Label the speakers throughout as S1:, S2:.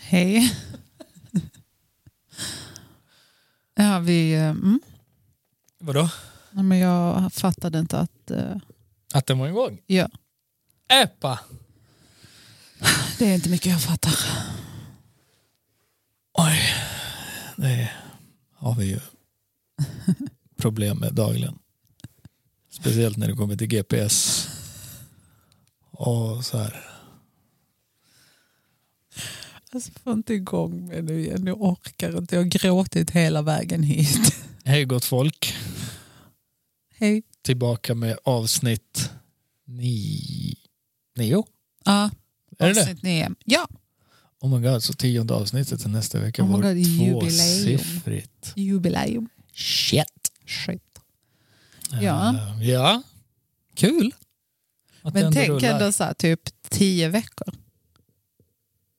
S1: Hej. ja, vi, eh, mm.
S2: Vadå?
S1: Nej, men jag fattade inte att eh,
S2: Att den var igång?
S1: Ja.
S2: Epa!
S1: det är inte mycket jag fattar.
S2: Oj, det har vi ju problem med dagligen. Speciellt när det kommer till GPS och så här.
S1: Alltså, får inte igång mig nu igen. Jag orkar inte. Jag har gråtit hela vägen hit.
S2: Hej gott folk,
S1: Hej.
S2: tillbaka med avsnitt ni- nio.
S1: Ja,
S2: Är det det?
S1: avsnitt nio. Ja,
S2: Oh my god, så tionde avsnittet till nästa vecka
S1: Oh my
S2: var
S1: god, det är jubileum.
S2: tvåsiffrigt.
S1: jubileum.
S2: Shit.
S1: Shit. Ja.
S2: Eh, ja, kul. Att det
S1: Men
S2: ändå
S1: tänk
S2: rullar.
S1: ändå så här, typ tio veckor.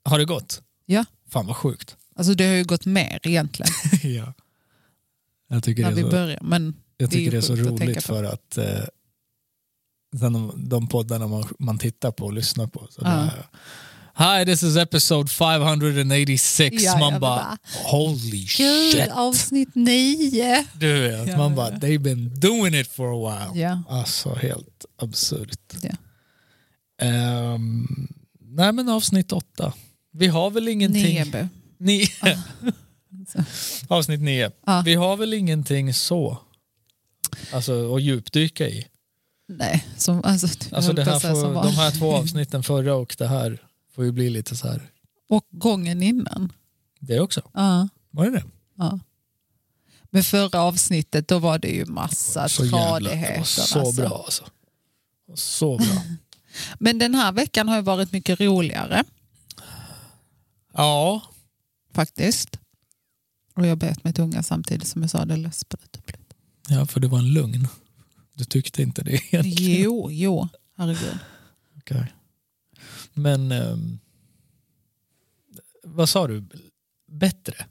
S2: Har det gått?
S1: Ja.
S2: Fan vad sjukt.
S1: Alltså det har ju gått mer egentligen
S2: ja. Jag tycker
S1: när
S2: det
S1: vi
S2: är så,
S1: börjar. Men
S2: jag
S1: det är ju
S2: tycker det är så
S1: sjukt att tänka
S2: roligt
S1: på.
S2: för att eh, sen de, de poddarna man, man tittar på och lyssnar på. Så
S1: Ja.
S2: där, Hi, this is episode 586.
S1: Ja,
S2: man
S1: jag
S2: bara,
S1: bara,
S2: holy
S1: gud,
S2: shit.
S1: avsnitt nio.
S2: Du vet,
S1: Ja,
S2: man
S1: ja,
S2: bara,
S1: ja.
S2: they've been doing it for a while.
S1: Ja.
S2: Alltså helt absurt.
S1: Ja.
S2: Ehm, nej men avsnitt åtta. Vi har väl ingenting...
S1: Nebo.
S2: Ni...
S1: Så.
S2: Avsnitt nio.
S1: Ja.
S2: Vi har väl ingenting så alltså, att djupdyka i.
S1: Nej, som, alltså, jag
S2: Alltså,
S1: höll
S2: det
S1: på
S2: här
S1: att säga som
S2: får,
S1: var-
S2: de här två avsnitten förra och det här får ju bli lite så här.
S1: Och gången innan.
S2: Det också.
S1: Ja,
S2: Var det det?
S1: ja. Men förra avsnittet då var det ju massa
S2: det
S1: tradigheter.
S2: var så
S1: alltså.
S2: bra alltså. Det var Så bra.
S1: Men den här veckan har ju varit mycket roligare
S2: ja,
S1: faktiskt. Och jag bet mig i tungan samtidigt som jag sa det läspade upp lite.
S2: ja, för det var en lugn. Du tyckte inte det egentligen.
S1: Jo, jo, herregud.
S2: Okej. Men ehm, vad sa du? Bättre?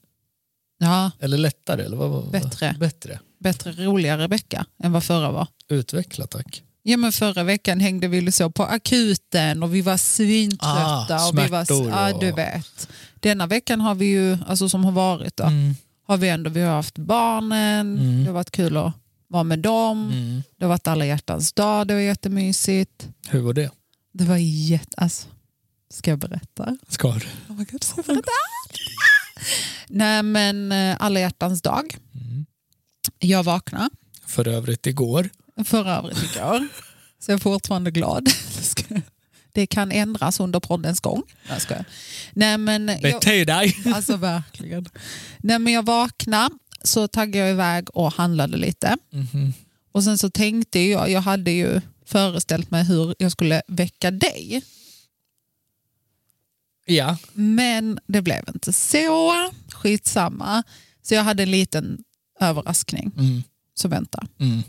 S1: Ja,
S2: Eller lättare? Eller vad, vad-
S1: Bättre.
S2: Bättre.
S1: bättre, roligare vecka än vad förra var.
S2: Utveckla tack.
S1: Ja, men förra veckan hängde vi ju så på akuten och vi var svintrötta.
S2: Ah,
S1: och vi var,
S2: smärtor
S1: ja,
S2: och-
S1: du vet. Denna veckan har vi ju, alltså som har varit då,
S2: Mm.
S1: har vi ändå vi har haft barnen,
S2: Mm.
S1: det har varit kul att vara med dem,
S2: Mm.
S1: det har varit alla hjärtans dag, det var jättemysigt.
S2: Hur var det?
S1: Det var jätte... Alltså, ska jag berätta?
S2: Ska du?
S1: Oh my God, ska jag berätta? Nej men eh, alla hjärtans dag,
S2: Mm.
S1: jag vaknade.
S2: För övrigt igår.
S1: för övrigt igår. Så jag är fortfarande glad. Det kan ändras under poddens gång. Nej, jag skojar. Nej, men jag,
S2: Bete dig!
S1: alltså verkligen. Nej, men jag vaknade, så taggade jag iväg och handlade lite.
S2: Mhm.
S1: Och sen så tänkte jag, jag hade ju föreställt mig hur jag skulle väcka dig.
S2: Ja.
S1: Men det blev inte så. Skitsamma. Så jag hade en liten överraskning
S2: Mm.
S1: som väntade.
S2: Mm.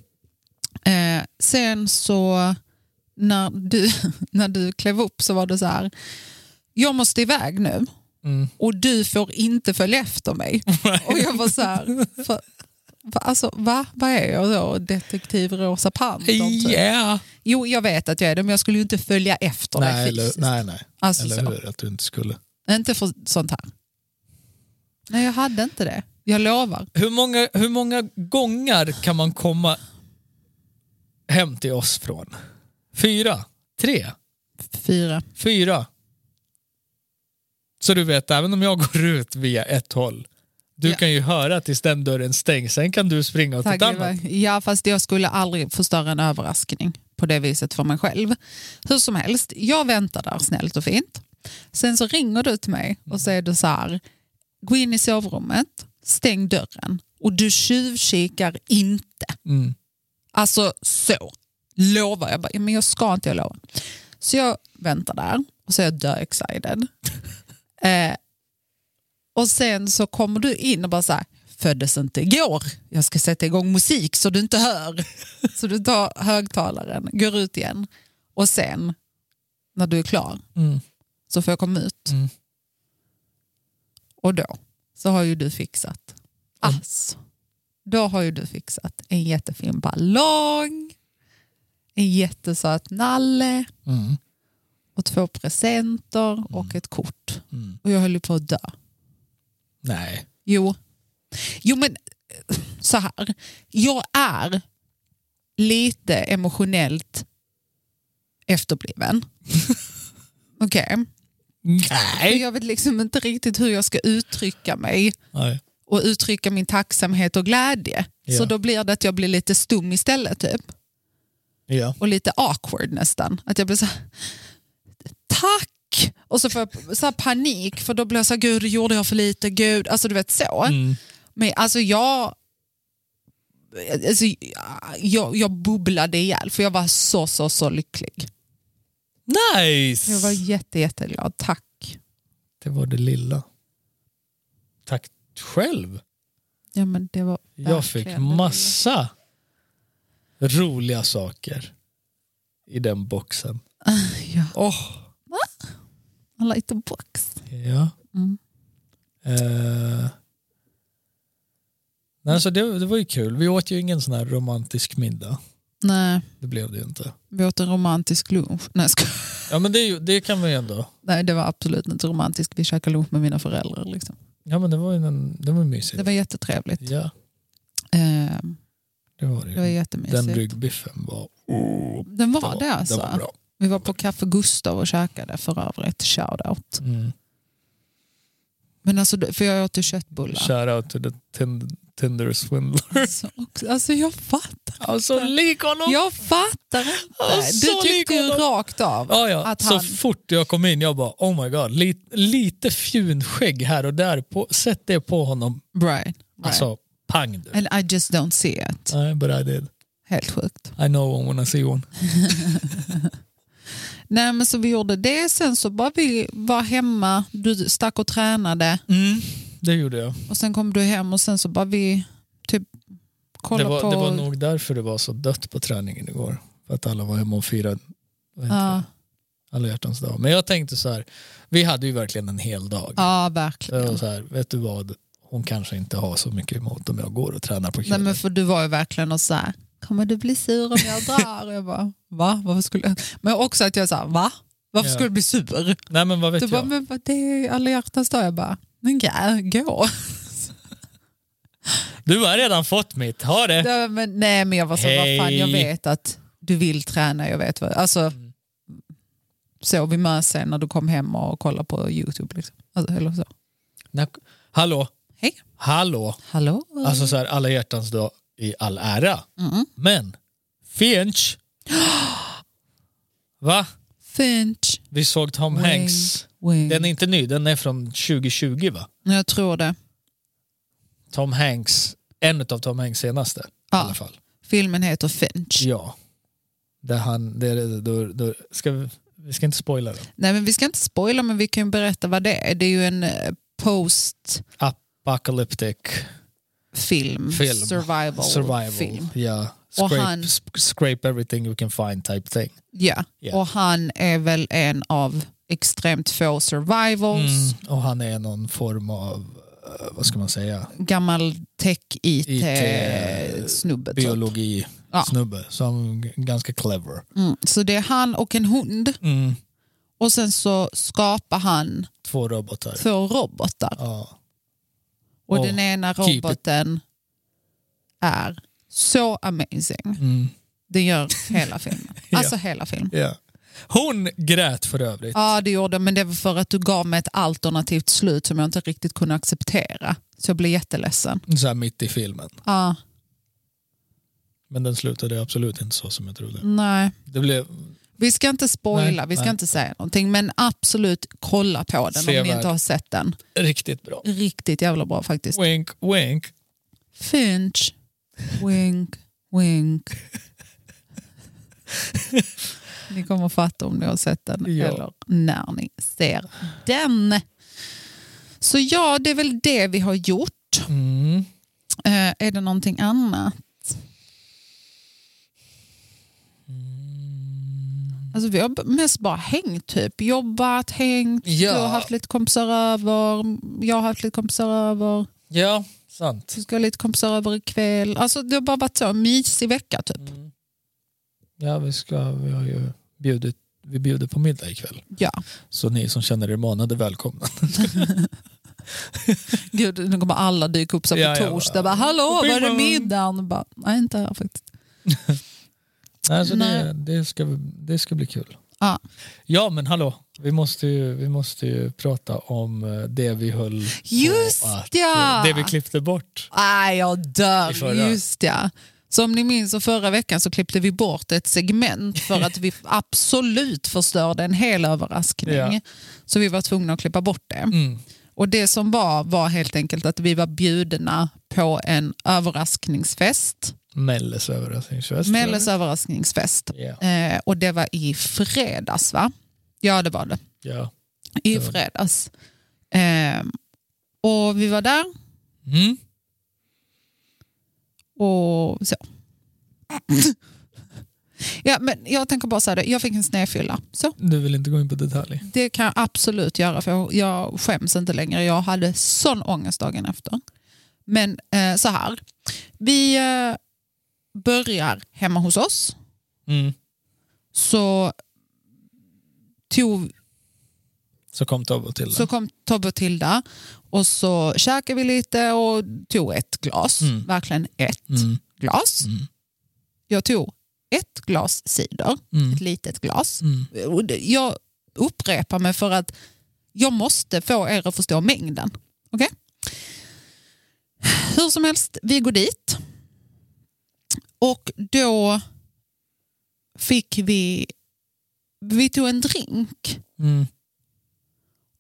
S1: Eh, sen så när du, när du klev upp så var det så här, jag måste iväg nu
S2: Mm.
S1: och du får inte följa efter mig. och jag var så här, för, va, alltså, va, vad är jag då? Detektiv Rosa Panton? Typ.
S2: Yeah.
S1: Jo, jag vet att jag är det, men jag skulle ju inte följa efter
S2: Nej,
S1: dig
S2: eller,
S1: fysiskt.
S2: nej, nej.
S1: Alltså
S2: Eller
S1: så.
S2: hur? Att du inte skulle.
S1: Inte för sånt här. Nej, jag hade inte det. Jag lovar.
S2: Hur många, hur många gånger kan man komma hem till oss från? Fyra? Tre?
S1: Fyra.
S2: Fyra? Så du vet, även om jag går ut via ett håll, du
S1: Ja.
S2: kan ju höra tills den dörren stängs, sen kan du springa åt ett
S1: Tack,
S2: annat.
S1: Eva. Ja, fast jag skulle aldrig förstöra en överraskning på det viset för mig själv. Hur som helst, jag väntar där snällt och fint. Sen så ringer du till mig
S2: Mm.
S1: och säger du så här, gå in i sovrummet, stäng dörren och du tjuvkikar inte.
S2: Mm.
S1: Alltså så, lovar jag. Bara, "Ja, men jag ska inte, jag lovar. Så jag väntar där och så är jag dö excited. eh, och sen så kommer du in och bara så här, föddes inte igår. Jag ska sätta igång musik så du inte hör. så du tar högtalaren, går ut igen och sen när du är klar
S2: Mm.
S1: så får jag komma ut.
S2: Mm.
S1: Och då så har ju du fixat. Alltså, då har ju du fixat en jättefin ballong, en jättesöt nalle
S2: Mm.
S1: och och två presenter och ett kort.
S2: Mm.
S1: Och jag höll ju på att dö.
S2: Nej.
S1: Jo. Jo men eh, så här. Jag är lite emotionellt efterbliven. Okej. För
S2: Nej.
S1: Jag vet liksom inte riktigt hur jag ska uttrycka mig
S2: Nej.
S1: och uttrycka min tacksamhet och glädje. Så
S2: Ja.
S1: då blir det att jag blir lite stum istället typ.
S2: Ja.
S1: Och lite awkward nästan. Att jag blir så här, tack! Och så får jag så här panik för då blir jag så här, gud gjorde jag för lite, gud. Alltså du vet så.
S2: Mm.
S1: Men alltså jag, alltså, jag, jag bubblade ihjäl för jag var så, så, så lycklig.
S2: Nice!
S1: Jag var jätte, jätteglad. Tack.
S2: Det var det lilla. Tack själv.
S1: Ja, men det var
S2: Jag fick
S1: verkligen det
S2: massa roliga saker i den boxen.
S1: lilla. Ja.
S2: Oh.
S1: I like the box.
S2: Ja.
S1: Mm.
S2: Eh. Nej, så det, det var ju kul. Vi åt ju ingen sån här romantisk middag.
S1: Nej,
S2: Det blev det ju inte.
S1: vi åt en romantisk lunch. Nej, jag skojar.
S2: Ja men det, är ju- det kan vi ju ändå.
S1: Nej, det var absolut inte romantiskt. Vi käkade lunch med mina föräldrar. Liksom.
S2: Ja men det var ju en, det var mysigt.
S1: Det var jättetrevligt.
S2: Ja,
S1: Eh,
S2: det var
S1: Det var
S2: det ju.
S1: jättemysigt.
S2: Den ryggbiffen var... Oh,
S1: Den var det alltså.
S2: Den var bra.
S1: Vi var på Café Gustav och käkade för övrigt. Shoutout.
S2: Mm.
S1: Men alltså, det- för jag åt ju köttbullar.
S2: Shoutout till the tind- Tinder swindler.
S1: Alltså, också- alltså jag fattar
S2: Alltså lik honom!
S1: Jag fattar
S2: Ja,
S1: inte.
S2: så
S1: Du tyckte ju
S2: likadant.
S1: rakt av.
S2: Ja, ja.
S1: Att
S2: så
S1: han-
S2: fort jag kom in, jag bara oh my god, lite, lite fjunskägg här och där. På, sätt det på honom.
S1: Right. right.
S2: Alltså pang du.
S1: And I just don't see it.
S2: Nej, but I did.
S1: Helt sjukt.
S2: I know one when I see one.
S1: Nej, men så vi gjorde det. Sen så bara vi var hemma. Du stack och tränade.
S2: Mm, det gjorde jag.
S1: Och sen kom du hem och sen så bara vi typ
S2: Det
S1: kollade
S2: var,
S1: på...
S2: det var nog därför det var så dött på träningen igår. För att alla var hemma och firade vad heter
S1: Ja,
S2: det? alla hjärtans dag. Men jag tänkte så här, vi hade ju verkligen en hel dag.
S1: ja
S2: Så jag var
S1: verkligen.
S2: så här, vet du vad, hon kanske inte har så mycket emot om jag går och tränar på
S1: Nej,
S2: kvällen.
S1: men för du var ju verkligen och så här, kommer du bli sur om jag drar? jag bara, va? Varför skulle jag? Men också att jag sa, va? Varför
S2: Ja.
S1: skulle du bli sur?
S2: Nej men vad vet
S1: Du bara,
S2: jag.
S1: men vad- det är ju alla hjärtans dag. Jag bara, men ja, gå.
S2: Du har redan fått mitt, ha det.
S1: Nej, men, nej, men jag var så, vad fan, jag
S2: Hej.
S1: vet att du vill träna. Jag vet vad, alltså,
S2: Mm.
S1: så vi möts sen när du kom hem och kollade på YouTube. Liksom. Alltså, eller så.
S2: När, hallå?
S1: Hej.
S2: Hallå?
S1: Hallå?
S2: Alltså så här, alla hjärtans dag i all ära.
S1: Mm.
S2: Men, Finch? Va?
S1: Finch.
S2: Vi såg Tom
S1: Wink,
S2: Hanks.
S1: Wink.
S2: Den är inte ny, den är från 2020 va?
S1: Jag tror det.
S2: Tom Hanks, en av Tom Hanks senaste i alla
S1: Ja,
S2: fall.
S1: filmen heter Finch.
S2: Ja. Där han, där, då, då, ska vi, vi ska inte spoila den.
S1: Nej, men vi ska inte spoila, men vi kan ju berätta vad det är. Det är ju en eh, post-film,
S2: Apocalyptic Film.
S1: survival,
S2: survival.
S1: film.
S2: Ja.
S1: Och
S2: Scrape,
S1: han-
S2: sc- scrape everything you can find type thing.
S1: Ja.
S2: Ja.
S1: Och han är väl en av extremt få survivals.
S2: Mm, och han är någon form av, eh, vad ska man säga,
S1: Gammal
S2: IT,
S1: tech-IT-snubbe. Typ. Ja.
S2: biologi-snubbe. Som g- ganska clever.
S1: Mm. Så det är han och en hund. Och sen så skapar han
S2: Två robotar.
S1: två robotar.
S2: Ja.
S1: Och
S2: Och
S1: den ena
S2: keep it.
S1: roboten är så amazing.
S2: Mm.
S1: Den gör hela filmen.
S2: Ja.
S1: Alltså hela filmen.
S2: Ja. Hon grät för övrigt.
S1: Ja, det gjorde jag, men det var för att du gav mig ett alternativt slut som jag inte riktigt kunde acceptera. Så jag blev jätteledsen.
S2: Så här mitt i filmen.
S1: Ja,
S2: Men den slutade absolut inte så som jag trodde.
S1: nej.
S2: Det blev
S1: Vi ska inte spoila,
S2: Nej,
S1: vi ska
S2: nej.
S1: inte säga någonting, men absolut kolla på den om
S2: Sevärd.
S1: ni inte har sett den.
S2: riktigt bra.
S1: Riktigt jävla bra faktiskt.
S2: Wink, wink.
S1: Finch, wink, wink. Ni kommer fatta om ni har sett den
S2: Ja.
S1: eller när ni ser den. Så ja, det är väl det vi har gjort.
S2: Mm.
S1: Eh, är det någonting annat? Alltså, vi har b- mest bara hängt typ. Jobbat, hängt,
S2: Ja.
S1: du har haft lite kompisar över, jag har haft lite kompisar över,
S2: Ja, sant.
S1: du ska ha lite kompisar över ikväll. Alltså, det har
S2: Mm.
S1: bara varit så mysig vecka typ.
S2: Ja, vi, ska, vi har ju bjudit, vi bjuder på middag ikväll.
S1: Ja,
S2: Så ni som känner er manade välkomna.
S1: gud nu kommer alla dyka upp så här
S2: Ja,
S1: på
S2: ja,
S1: torsdag.
S2: bara,
S1: bara, Hallå, var är det
S2: "Ping-pong."
S1: middagen? Bara, Nej, inte här faktiskt.
S2: Alltså,
S1: Nej.
S2: det, det, ska, det ska bli kul.
S1: Ja.
S2: Ja men hallå, vi måste ju, vi måste ju prata om eh, det vi höll
S1: Just
S2: på att,
S1: ja!
S2: eh, Det vi klippte bort.
S1: Nej, jag
S2: I
S1: dör.
S2: förra.
S1: Just ja. Som ni minns så förra veckan så klippte vi bort ett segment för att vi absolut förstörde en hel överraskning.
S2: Ja.
S1: Så vi var tvungna att klippa bort det.
S2: Mm.
S1: Och det som var var helt enkelt att vi var bjudna på en överraskningsfest.
S2: Melles överraskningsfest. tror jag.
S1: Melles överraskningsfest.
S2: Ja.
S1: Eh, och det var i fredags va? Ja det var det.
S2: ja.
S1: I
S2: Det var det.
S1: fredags. Eh, och vi var där
S2: Mm.
S1: och så. ja, men jag tänker bara säga det, jag fick en snedfylla. Så,
S2: Du vill inte gå in på detalj?
S1: det kan jag absolut göra för jag, jag skäms inte längre. Jag hade sån ångest dagen efter. Men eh, så här, vi eh, börjar hemma hos oss.
S2: Mm.
S1: Så tog
S2: Så kom Tobbe till
S1: Så
S2: det.
S1: kom Tobbe och Tilda och så käkade vi lite och tog ett glas.
S2: Mm.
S1: Verkligen ett
S2: Mm.
S1: glas.
S2: Mm.
S1: Jag tog ett glas cider,
S2: Mm.
S1: ett litet glas.
S2: Mm.
S1: Och det- Jag upprepar mig för att jag måste få er att förstå mängden. Okej? Hur som helst, vi går dit. Och då fick vi... Vi tog en drink
S2: Mm.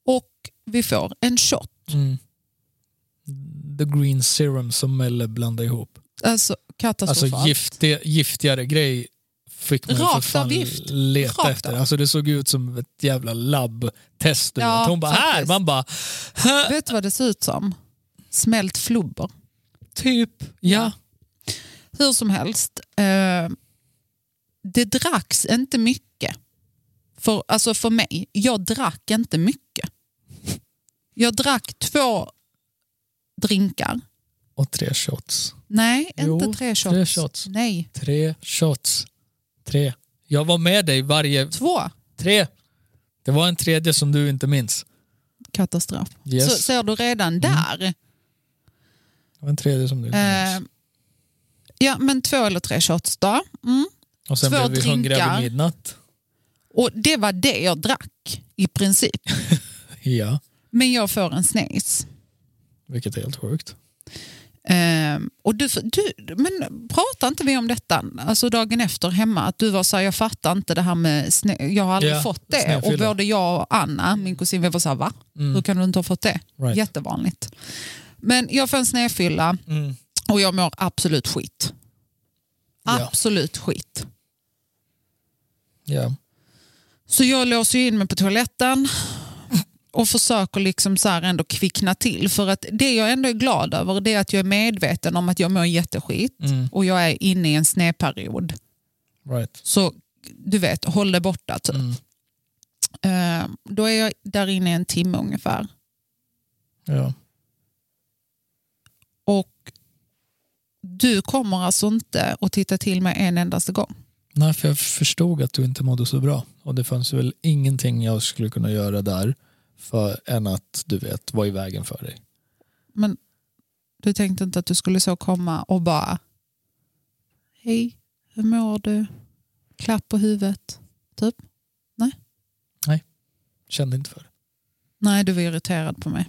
S1: och vi får en shot.
S2: Mm. The green serum som Melle blandade ihop.
S1: Alltså
S2: Alltså
S1: katastrofalt.
S2: giftig, giftigare grej fick man ju för
S1: Rakt
S2: fan
S1: av gift.
S2: leta
S1: Rakt
S2: efter.
S1: av.
S2: Alltså det såg ut som ett jävla labbtest. du
S1: Ja,
S2: vet. Hon bara här,
S1: faktiskt.
S2: man bara "Hä?"
S1: Vet du vad det ser ut som? Smält flubber.
S2: typ. Ja.
S1: Hur som helst, eh, det dracks inte mycket. För, alltså för mig, jag drack inte mycket. Jag drack två drinkar.
S2: Och tre shots.
S1: Nej,
S2: Jo,
S1: inte tre shots.
S2: tre shots.
S1: Nej,
S2: Tre shots. Tre. Jag var med dig varje...
S1: två.
S2: Tre. Det var en tredje som du inte minns.
S1: Katastrof.
S2: Yes. Mm.
S1: Så ser du redan där.
S2: Det var en tredje som du inte minns.
S1: Eh, ja, men två eller tre shots då. Mm.
S2: Och sen
S1: två
S2: blev vi hungriga
S1: drinkar.
S2: vid midnatt.
S1: Och det var det jag drack i princip.
S2: Ja,
S1: Men jag får en snes.
S2: vilket är helt sjukt.
S1: Ehm, och du, du, men pratade inte vi om detta alltså dagen efter hemma? Att du var så här, jag fattar inte det här med sne, jag har aldrig
S2: Ja,
S1: fått det. Och
S2: snedfylla.
S1: både jag och Anna, min kusin, vi var så här, va?
S2: Mm.
S1: Hur kan du inte ha fått det?
S2: Right.
S1: Jättevanligt. Men jag får en snedfylla
S2: Mm.
S1: och jag mår absolut skit.
S2: Ja.
S1: Absolut skit.
S2: Ja.
S1: Så jag låser ju in mig på toaletten och försöker liksom så här ändå kvickna till. För att det jag ändå är glad över det är att jag är medveten om att jag mår jätteskit
S2: Mm.
S1: och jag är inne i en snedperiod.
S2: Right.
S1: Så du vet, håll det borta typ.
S2: Mm.
S1: Eh, då är jag där inne i en timme ungefär.
S2: Ja.
S1: Och du kommer alltså inte att titta till mig en endaste gång.
S2: Nej, för jag förstod att du inte mådde så bra. Och det fanns väl ingenting jag skulle kunna göra där för, än att du vet, vara i vägen för dig.
S1: Men du tänkte inte att du skulle så komma och bara Hej, hur mår du? Klapp på huvudet. Typ.
S2: Kände inte för det.
S1: Nej, du var irriterad på mig.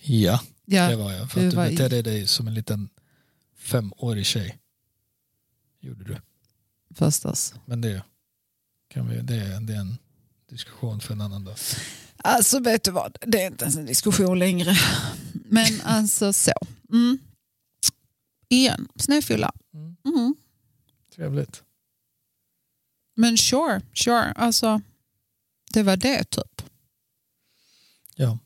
S2: Ja, det
S1: Ja,
S2: var jag. För
S1: du
S2: att du
S1: var i-
S2: betedde dig som en liten femårig tjej. Gjorde du.
S1: förstas.
S2: Men det, kan vi, det, är- det är en diskussion för en annan dag.
S1: Alltså vet du vad, det är inte ens en diskussion längre. Men alltså så. Mm. Igen, snöfylla.
S2: Mm.
S1: Mm.
S2: Trevligt.
S1: Men sure, sure. Alltså, det var det typ.
S2: Ja.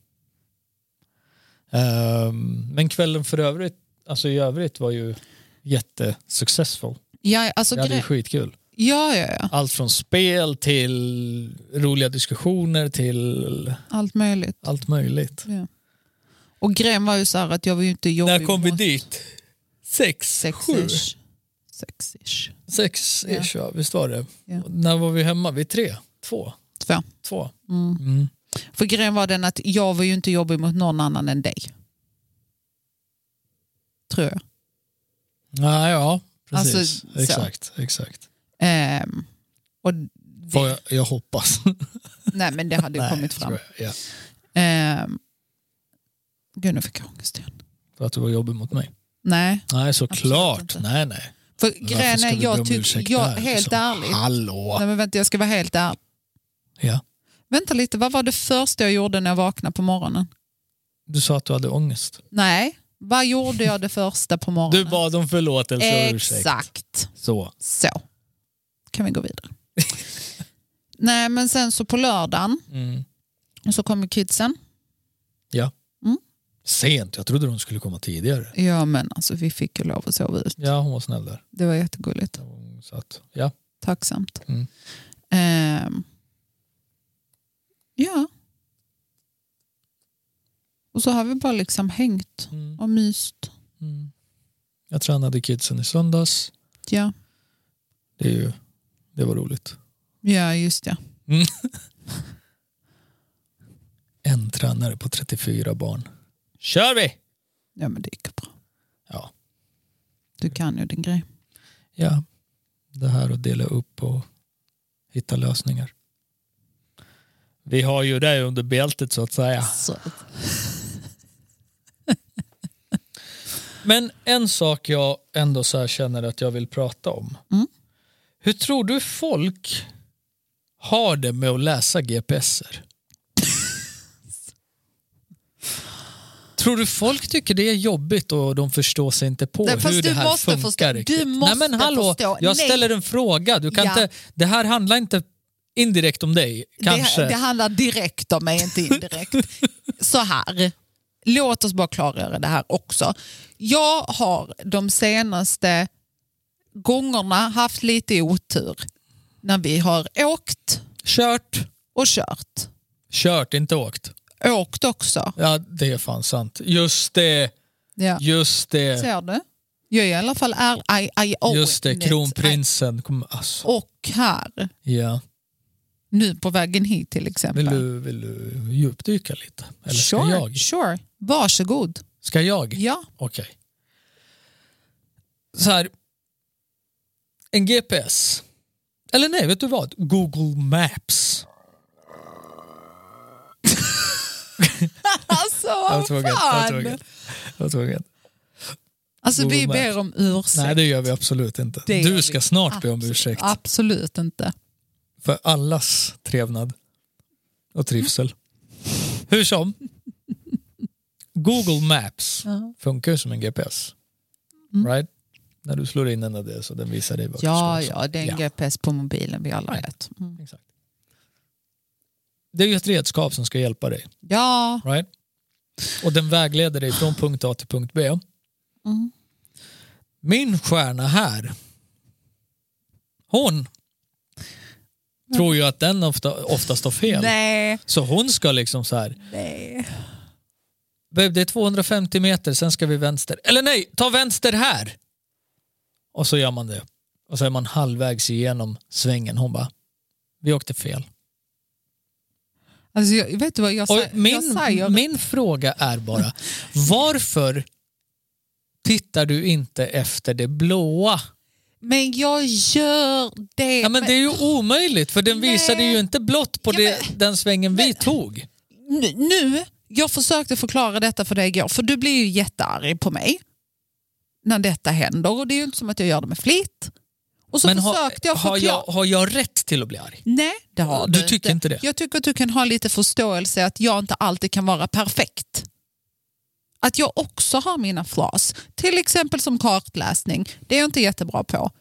S2: Ehm, men kvällen för övrigt, alltså i övrigt var ju jättesuccessful.
S1: Ja, alltså,
S2: Jag hade ju
S1: gre-
S2: skitkul.
S1: ja, ja, ja.
S2: Allt från spel till roliga diskussioner till
S1: Allt möjligt.
S2: allt möjligt.
S1: Ja. Och grejen var ju så här att jag var ju inte jobbig
S2: När kom vi
S1: mot
S2: dit? Sex,
S1: sex
S2: sju.
S1: ish. Sex-ish.
S2: Sex-ish, ja. visst var det.
S1: Ja.
S2: Och När var vi hemma? Vi tre? Två?
S1: Två.
S2: Två.
S1: Mm.
S2: Mm.
S1: För grejen var den att jag var ju inte jobbig mot någon annan än dig. Tror jag.
S2: Ja, ja, precis.
S1: Alltså, så.
S2: exakt, exakt.
S1: Ehm, och
S2: Får
S1: det,
S2: jag, jag hoppas.
S1: nej men det hade ju
S2: Nej,
S1: kommit fram.
S2: tror jag. Ja,
S1: Ehm, gud nu fick jag ångest igen.
S2: för att du var jobbig mot mig.
S1: Nej,
S2: Nej,
S1: inte.
S2: såklart. Nej, nej.
S1: för
S2: Men
S1: grejen
S2: varför ska
S1: är
S2: vi be
S1: jag
S2: om
S1: tycker,
S2: ursäkt
S1: jag,
S2: där,
S1: helt
S2: liksom?
S1: ärligt.
S2: Hallå!
S1: Nej men vänta jag ska vara helt ärlig.
S2: Ja.
S1: Vänta lite, vad var det första jag gjorde när jag vaknade på morgonen?
S2: Du sa att du hade ångest.
S1: Nej, vad gjorde jag det första på morgonen?
S2: Du bad om förlåtelse och ursäkt.
S1: Exakt.
S2: Så.
S1: Så. Kan vi gå vidare. Nej, men sen så på lördagen
S2: Mm.
S1: så kommer kidsen.
S2: Sent, jag trodde hon skulle komma tidigare.
S1: Ja, men alltså vi fick ju lov att sova ut.
S2: Ja, hon var snäll där.
S1: Det var jättegulligt.
S2: Så att, ja.
S1: Tacksamt.
S2: Mm.
S1: Ehm. ja. Och så har vi bara liksom hängt
S2: Mm.
S1: och myst.
S2: Mm. Jag tränade kidsen i söndags.
S1: Ja,
S2: Det, är ju, det var roligt.
S1: ja just det.
S2: En tränare på 34 barn. Kör vi!
S1: Ja, men det gick bra.
S2: Ja.
S1: Du kan ju din grej.
S2: ja. Det här att dela upp och hitta lösningar. Vi har ju det under bältet så att säga.
S1: Så.
S2: Men en sak jag ändå så här känner att jag vill prata om.
S1: Mm.
S2: Hur tror du folk har det med att läsa GPSer? Tror du folk tycker det är jobbigt och de förstår sig inte på
S1: Nej,
S2: hur
S1: fast
S2: det
S1: du
S2: här
S1: måste
S2: funkar?
S1: förstå- du
S2: riktigt?
S1: måste
S2: Nej men hallå,
S1: förstå.
S2: jag
S1: Nej.
S2: ställer en fråga. Du kan
S1: Ja.
S2: inte, det här handlar inte indirekt om dig, kanske.
S1: Det, det handlar direkt om mig, inte indirekt. Så här, låt oss bara klargöra det här också. Jag har de senaste gångerna haft lite otur när vi har åkt
S2: Kört.
S1: och kört.
S2: Kört, inte åkt.
S1: Åkt också.
S2: Ja, det är fan sant. Just det,
S1: Ja.
S2: just det.
S1: Ser du? Jag är i alla fall är I, I own
S2: Just det,
S1: it.
S2: kronprinsen. Kom, alltså,
S1: Och här,
S2: ja.
S1: nu på vägen hit till exempel.
S2: vill, du, vill du djupdyka lite? Eller ska
S1: sure,
S2: jag?
S1: sure, varsågod.
S2: Ska jag?
S1: Ja.
S2: Okej. Så här. En GPS. Eller nej, vet du vad? Google Maps.
S1: Alltså vad
S2: tvungen. Jag var tvungen.
S1: fan.
S2: Jag var tvungen.
S1: Alltså vi
S2: Google
S1: ber om ursäkt.
S2: Nej, det gör vi absolut inte.
S1: Det gör
S2: du
S1: vi
S2: ska snart be om
S1: absolut-
S2: ursäkt.
S1: Absolut inte.
S2: För allas trevnad och trivsel. Hur som. Google Maps.
S1: Ja,
S2: funkar ju som en GPS.
S1: Mm.
S2: Right? När du slår in en adress och den visar dig vart du ska
S1: ja,
S2: och så.
S1: ja det är en
S2: Ja.
S1: GPS på mobilen vi alla
S2: Right.
S1: vet. Mm.
S2: Exakt. Det är ju ett redskap som ska hjälpa dig.
S1: Ja,
S2: Right? Och den vägleder dig från punkt A till punkt B.
S1: Mm.
S2: Min stjärna här, hon tror ju att den ofta, oftast har fel.
S1: nej,
S2: Så hon ska liksom så här,
S1: nej.
S2: Babe, det är 250 meter, sen ska vi vänster. Eller nej, ta vänster här! Och så gör man det. Och så är man halvvägs igenom svängen. Hon bara, vi åkte fel.
S1: Alltså, jag, vet du vad jag,
S2: Och
S1: sa, jag
S2: min,
S1: säger?
S2: min fråga är bara, varför tittar du inte efter det blåa?
S1: Men jag gör det.
S2: Ja, men det är ju omöjligt, för den
S1: Nej.
S2: visade ju inte blått på
S1: Ja,
S2: det, den svängen vi tog.
S1: nu, nu, jag försökte förklara detta för dig igår, för du blir ju jättearg på mig när detta händer och det är ju inte som att jag gör det med flit. Och så
S2: Men har,
S1: försökte jag
S2: har,
S1: förklara.
S2: jag, har jag rätt till att bli arg?
S1: Nej, det har
S2: Du
S1: du,
S2: tycker inte det?
S1: Jag tycker att du kan ha lite förståelse att jag inte alltid kan vara perfekt. Att jag också har mina flaws. Till exempel som kartläsning. Det är jag inte jättebra på.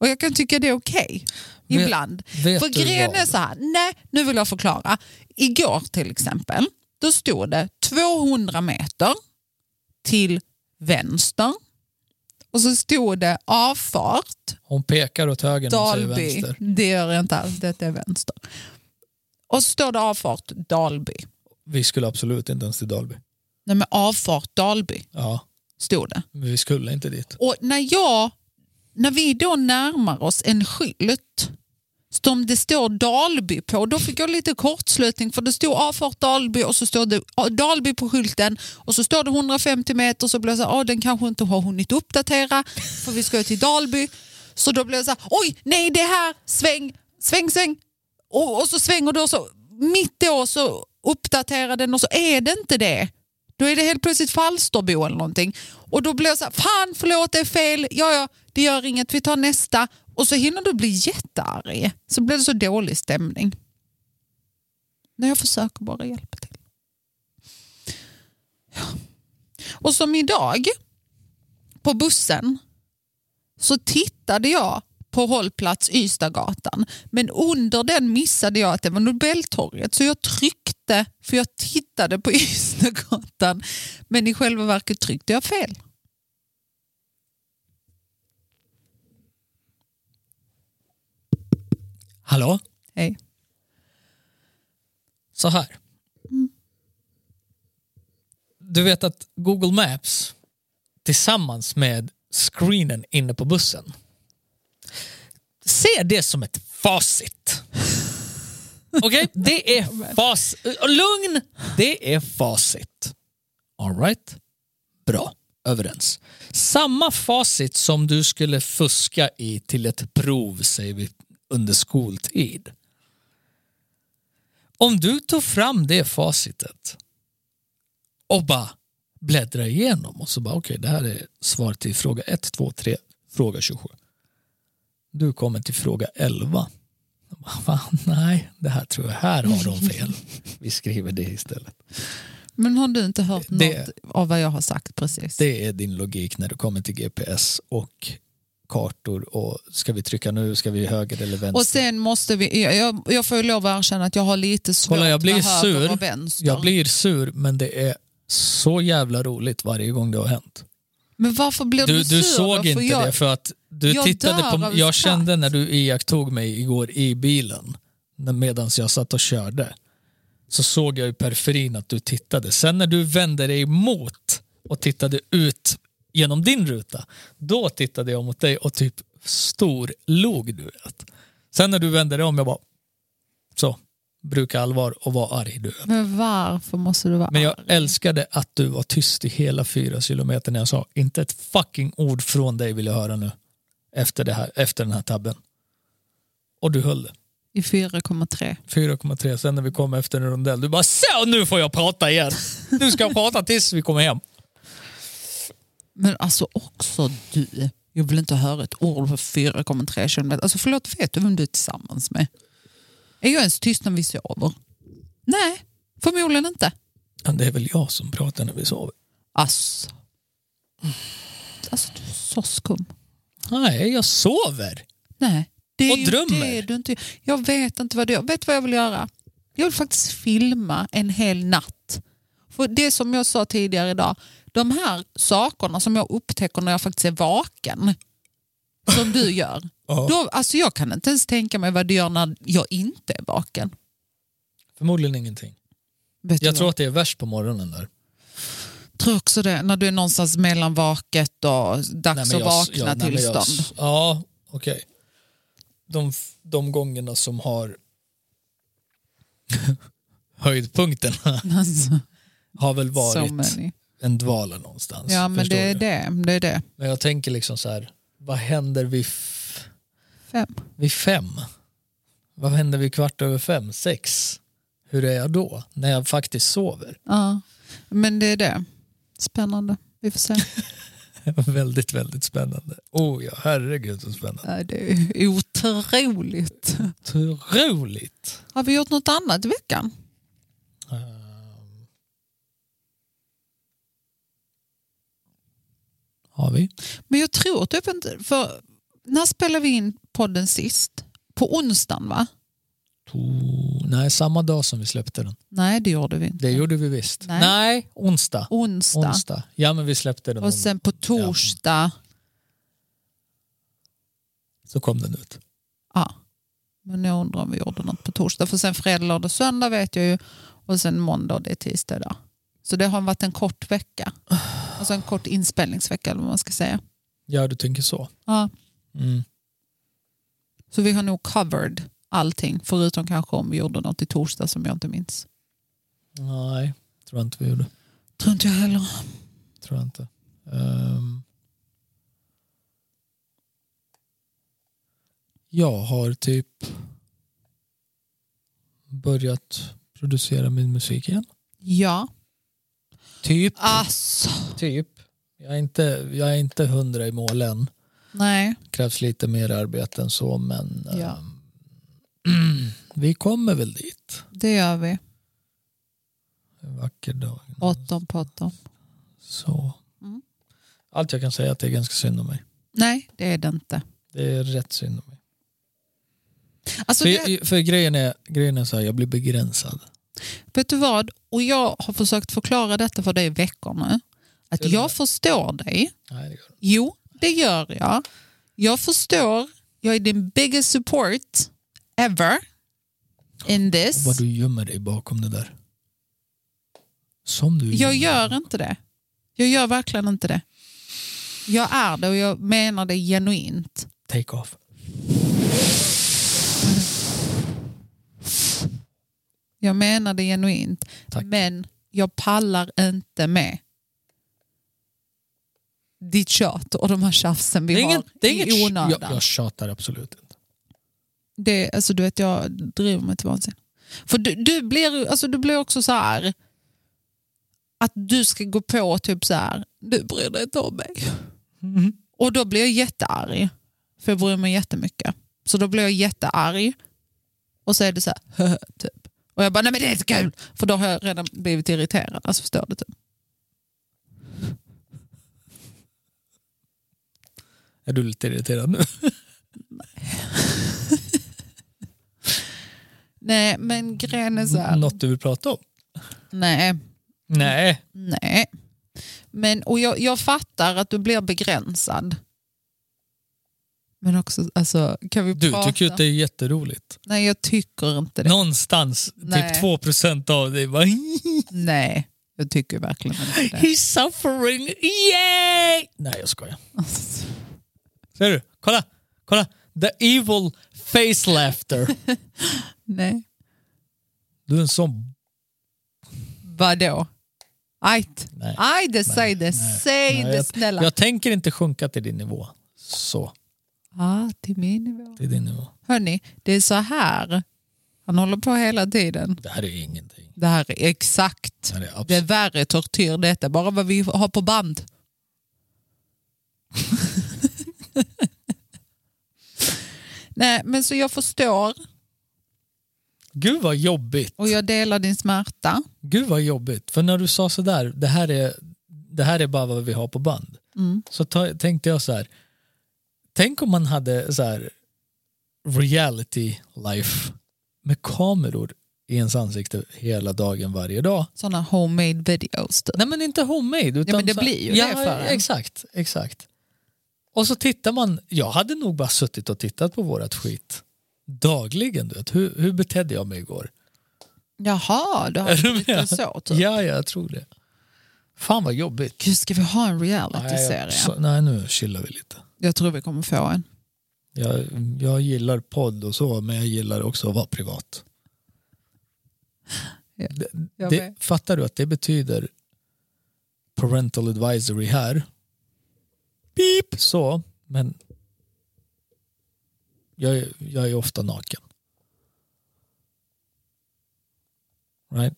S1: Och jag kan tycka det är okej.
S2: Vet-
S1: ibland.
S2: vet
S1: För
S2: du
S1: grejen
S2: vad?
S1: är så här. Nej, nu vill jag förklara. Igår till exempel, då stod det 200 meter till vänster. Och så stod det avfart
S2: Hon pekar åt höger när hon säger
S1: Dalby.
S2: vänster.
S1: Det gör jag inte alls. Detta är vänster. Och så står det avfart Dalby.
S2: Vi skulle absolut inte ens till Dalby.
S1: Nej men avfart Dalby.
S2: Ja.
S1: stod det.
S2: Men vi skulle inte dit.
S1: Och när jag, när vi då närmar oss en skylt som det står Dalby på, då fick jag lite kortslutning för det stod avfart Dalby och så står det ah, Dalby på skylten och så står det 150 meter så blev jag så här, ah, den kanske inte har hunnit uppdatera för vi ska ju till Dalby. Så då blev jag så här, oj nej det är här, sväng, sväng, sväng. Och, och så svänger du och så mitt då så uppdaterar den och så är det inte det. Då är det helt plötsligt Falsterbo eller någonting. Och då blir jag så här, fan förlåt det är fel, ja ja det gör inget, vi tar nästa. Och så hinner du bli jättearg. Så blir det så dålig stämning. När jag försöker bara hjälpa till. Ja. Och som idag, på bussen, så tittade jag på hållplats Ystadgatan. Men under den missade jag att det var Nobeltorget. Så jag tryckte, för jag tittade på Ystadgatan. Men i själva verket tryckte jag fel.
S2: Hallå?
S1: Hej.
S2: Så här. Du vet att Google Maps tillsammans med screenen inne på bussen se det som ett facit. Okej, det är facit. Lugn, det är facit. All right. Bra, överens. Samma facit som du skulle fuska i till ett prov, säger vi, under skoltid. Om du tog fram det facitet och bara bläddrar igenom och så bara okej, det här är svar till fråga 1, 2, 3, fråga 27 du kommer till fråga 11. Jag bara, "Va? nej, det här tror jag, här har de fel. Vi skriver det istället.
S1: Men har du inte hört
S2: Det-
S1: något av vad jag har sagt precis?
S2: Det är din logik när du kommer till GPS och kartor och ska vi trycka nu, ska vi höger eller vänster?
S1: Och sen måste vi, jag, jag får ju lov att erkänna att jag har lite svårt
S2: Kolla, jag blir
S1: med höger
S2: sur.
S1: och vänster.
S2: Jag blir sur men det är så jävla roligt varje gång det har hänt.
S1: Men varför blir du,
S2: Du, du
S1: sur?
S2: såg
S1: då?
S2: inte
S1: för jag,
S2: det för att du
S1: jag
S2: tittade
S1: dör
S2: på
S1: av
S2: Jag
S1: skratt.
S2: kände när du iakttog mig igår i bilen medan jag satt och körde så såg jag i periferin att du tittade. Sen när du vände dig mot och tittade ut genom din ruta, då tittade jag mot dig och typ storlog du vet. Sen när du vände dig om, jag bara så, brukar allvar och var arg du vet.
S1: Men varför måste du vara
S2: Men jag
S1: arg?
S2: älskade att du var tyst i hela fyra kilometer när jag sa inte ett fucking ord från dig vill jag höra nu efter, det här, efter den här tabben. Och du höll det.
S1: I 4,3.
S2: 4,3 sen när vi kom efter en rondell. Du bara så nu får jag prata igen. Nu ska jag prata tills vi kommer hem.
S1: Men alltså också du. Jag vill inte höra ett ord på 4,3 kilometer. Alltså förlåt, vet du vem du är tillsammans med? Är jag ens tyst när vi sover? Nej, förmodligen inte.
S2: Men det är väl jag som pratar när vi sover.
S1: Alltså. Alltså du är så skum.
S2: Nej, jag sover.
S1: Nej, det är
S2: Och
S1: ju
S2: drömmer.
S1: det du inte gör. Jag vet inte vad du gör. Vet du vad jag vill göra? Jag vill faktiskt filma en hel natt. För det som jag sa tidigare idag, de här sakerna som jag upptäcker när jag faktiskt är vaken, som du gör.
S2: Ja.
S1: Då, alltså jag kan inte ens tänka mig vad du gör när jag inte är vaken.
S2: Förmodligen ingenting.
S1: Vet du
S2: Jag
S1: vad?
S2: tror att det är värst på morgonen där.
S1: tror också det, när du är någonstans mellan vaket och dags
S2: men
S1: att
S2: jag-
S1: vakna
S2: ja, nej, men jag-
S1: tillstånd.
S2: Ja, okej. De, f- de gångerna som har höjdpunkterna
S1: Alltså,
S2: har väl
S1: so
S2: varit
S1: many.
S2: en dvala någonstans.
S1: Ja men
S2: förstår
S1: det är
S2: du?
S1: det, det är det.
S2: men jag tänker liksom så här, vad händer vid, f-
S1: Fem.
S2: vid fem? Vad händer vid kvart över fem, sex? Hur är jag då? När jag faktiskt sover?
S1: Ja, men det är det. Spännande. Vi får se.
S2: väldigt, väldigt spännande. Oh ja, herregud så spännande.
S1: Ja, Det är otroligt.
S2: Otroligt.
S1: Har vi gjort något annat i veckan?
S2: Ehm. Har vi?
S1: Men jag tror typ inte... För när spelade vi in podden sist? På onsdagen va?
S2: To- Nej, samma dag som vi släppte den.
S1: Nej det gjorde vi inte.
S2: Det gjorde vi visst.
S1: Nej.
S2: onsdag.
S1: Onsdag.
S2: Onsdag. Ja, men vi släppte den.
S1: Och sen på torsdag...
S2: Så kom den ut.
S1: Ja. Men jag undrar om vi gjorde något på torsdag. För sen fredag, lördag, söndag vet jag ju. Och sen måndag, det är tisdag idag. Så det har varit en kort vecka. Alltså en kort inspelningsvecka eller vad man ska säga.
S2: Ja, du tänker så.
S1: Ja.
S2: Mm.
S1: Så vi har nog covered allting förutom kanske om vi gjorde något i torsdag som jag inte minns.
S2: Nej, tror jag inte vi gjorde.
S1: Tror inte jag heller.
S2: Tror jag inte. Ehm. jag har typ börjat producera min musik igen.
S1: Ja.
S2: Typ.
S1: Alltså.
S2: Typ. Jag är inte, jag är inte hundra i mål än.
S1: Nej.
S2: krävs lite mer arbete än så men
S1: Ja.
S2: ehm, vi kommer väl dit.
S1: Det gör vi.
S2: En vacker dag.
S1: Åttom pottom.
S2: Så.
S1: Mm.
S2: Allt jag kan säga är att det är ganska synd om mig.
S1: Nej, det är det inte.
S2: Det är rätt synd om mig.
S1: Alltså,
S2: för,
S1: det,
S2: för grejen är, grejen är så här, jag blir begränsad.
S1: vet du vad? Och jag har försökt förklara detta för dig i veckor nu. Att
S2: Gör du
S1: jag
S2: det?
S1: förstår dig.
S2: Nej, det gör det.
S1: Jo, det gör jag. Jag förstår. Jag är din biggest support ever in this.
S2: Vad du gömmer dig bakom det där. Som du
S1: Jag
S2: gömmer
S1: gör
S2: dig.
S1: inte det. Jag gör verkligen inte det. Jag är det och jag menar det genuint.
S2: Take off.
S1: Jag menar det genuint.
S2: Tack.
S1: Men jag pallar inte med ditt tjat och de här tjafsen vi
S2: Det är, ingen,
S1: har
S2: det är inget,
S1: i
S2: jag,
S1: onödan.
S2: jag tjatar absolut inte.
S1: Det, alltså, du vet, jag driver mig till vansinne. För du, du, blir, ju- alltså, du blir också så här att du ska gå på typ så här, du bryr dig inte om mig. Och då blir jag jättearg. För jag bryr mig jättemycket. Så då blir jag jättearg. Och så är det så här, "Hö, hö", typ. Och jag bara, nej men det är inte kul. För då har jag redan blivit irriterad. Alltså förstår du? Typ.
S2: Är du lite irriterad nu?
S1: Nej men grejen är så här,
S2: Något du vill prata om?
S1: nej,
S2: Nej.
S1: nej. Men, och jag, jag fattar att du blir begränsad. Men också, alltså kan vi
S2: Du
S1: prata?
S2: tycker ju att det är jätteroligt.
S1: Nej jag tycker inte det.
S2: Någonstans,
S1: Nej.
S2: typ 2 procent av dig bara
S1: Nej, jag tycker verkligen inte det.
S2: He's suffering, yay! Nej jag skojar. Ser du? Kolla, kolla. The evil face laughter.
S1: nej.
S2: Du är en sån...
S1: Vadå? Ajt.
S2: Nej.
S1: Aj det, säg det, säg
S2: Nej,
S1: det
S2: jag-
S1: snälla.
S2: Jag tänker inte sjunka till din nivå. Så,
S1: ah, till min nivå.
S2: till din nivå.
S1: Hörni, det är så här. Han håller på hela tiden.
S2: Det här är ingenting.
S1: Det här är exakt.
S2: Det här är
S1: Det är
S2: absolut...
S1: värre tortyr detta, bara vad vi har på band. Nej, men så jag förstår
S2: Gud vad jobbigt.
S1: och jag delar din smärta.
S2: Gud vad jobbigt. För när du sa sådär, det här är, det här är bara vad vi har på band.
S1: Mm.
S2: så ta, tänkte jag så här. Tänk om man hade så här reality life med kameror i ens ansikte hela dagen varje dag.
S1: Sådana homemade videos. typ.
S2: Nej men inte homemade. Utan
S1: men det
S2: så här-
S1: blir ju
S2: ja,
S1: det för en.
S2: Exakt, exakt. Och så tittar man, jag hade nog bara suttit och tittat på vårat skit dagligen. Du vet. Hur, hur betedde jag mig igår?
S1: Jaha, du
S2: Är du
S1: har lite
S2: med?
S1: så. Typ.
S2: Ja, ja, jag tror det. Fan vad jobbigt.
S1: Gud, ska vi ha en
S2: Nej,
S1: reality-serie?
S2: jag, så, nej, nu chillar vi lite.
S1: Jag tror vi kommer få en.
S2: Jag, jag gillar podd och så, men jag gillar också att vara privat.
S1: Ja,
S2: Det,
S1: jag
S2: det,
S1: med.
S2: fattar du att det betyder parental advisory här? Beep! Så, men jag, är- jag är ofta naken. Right?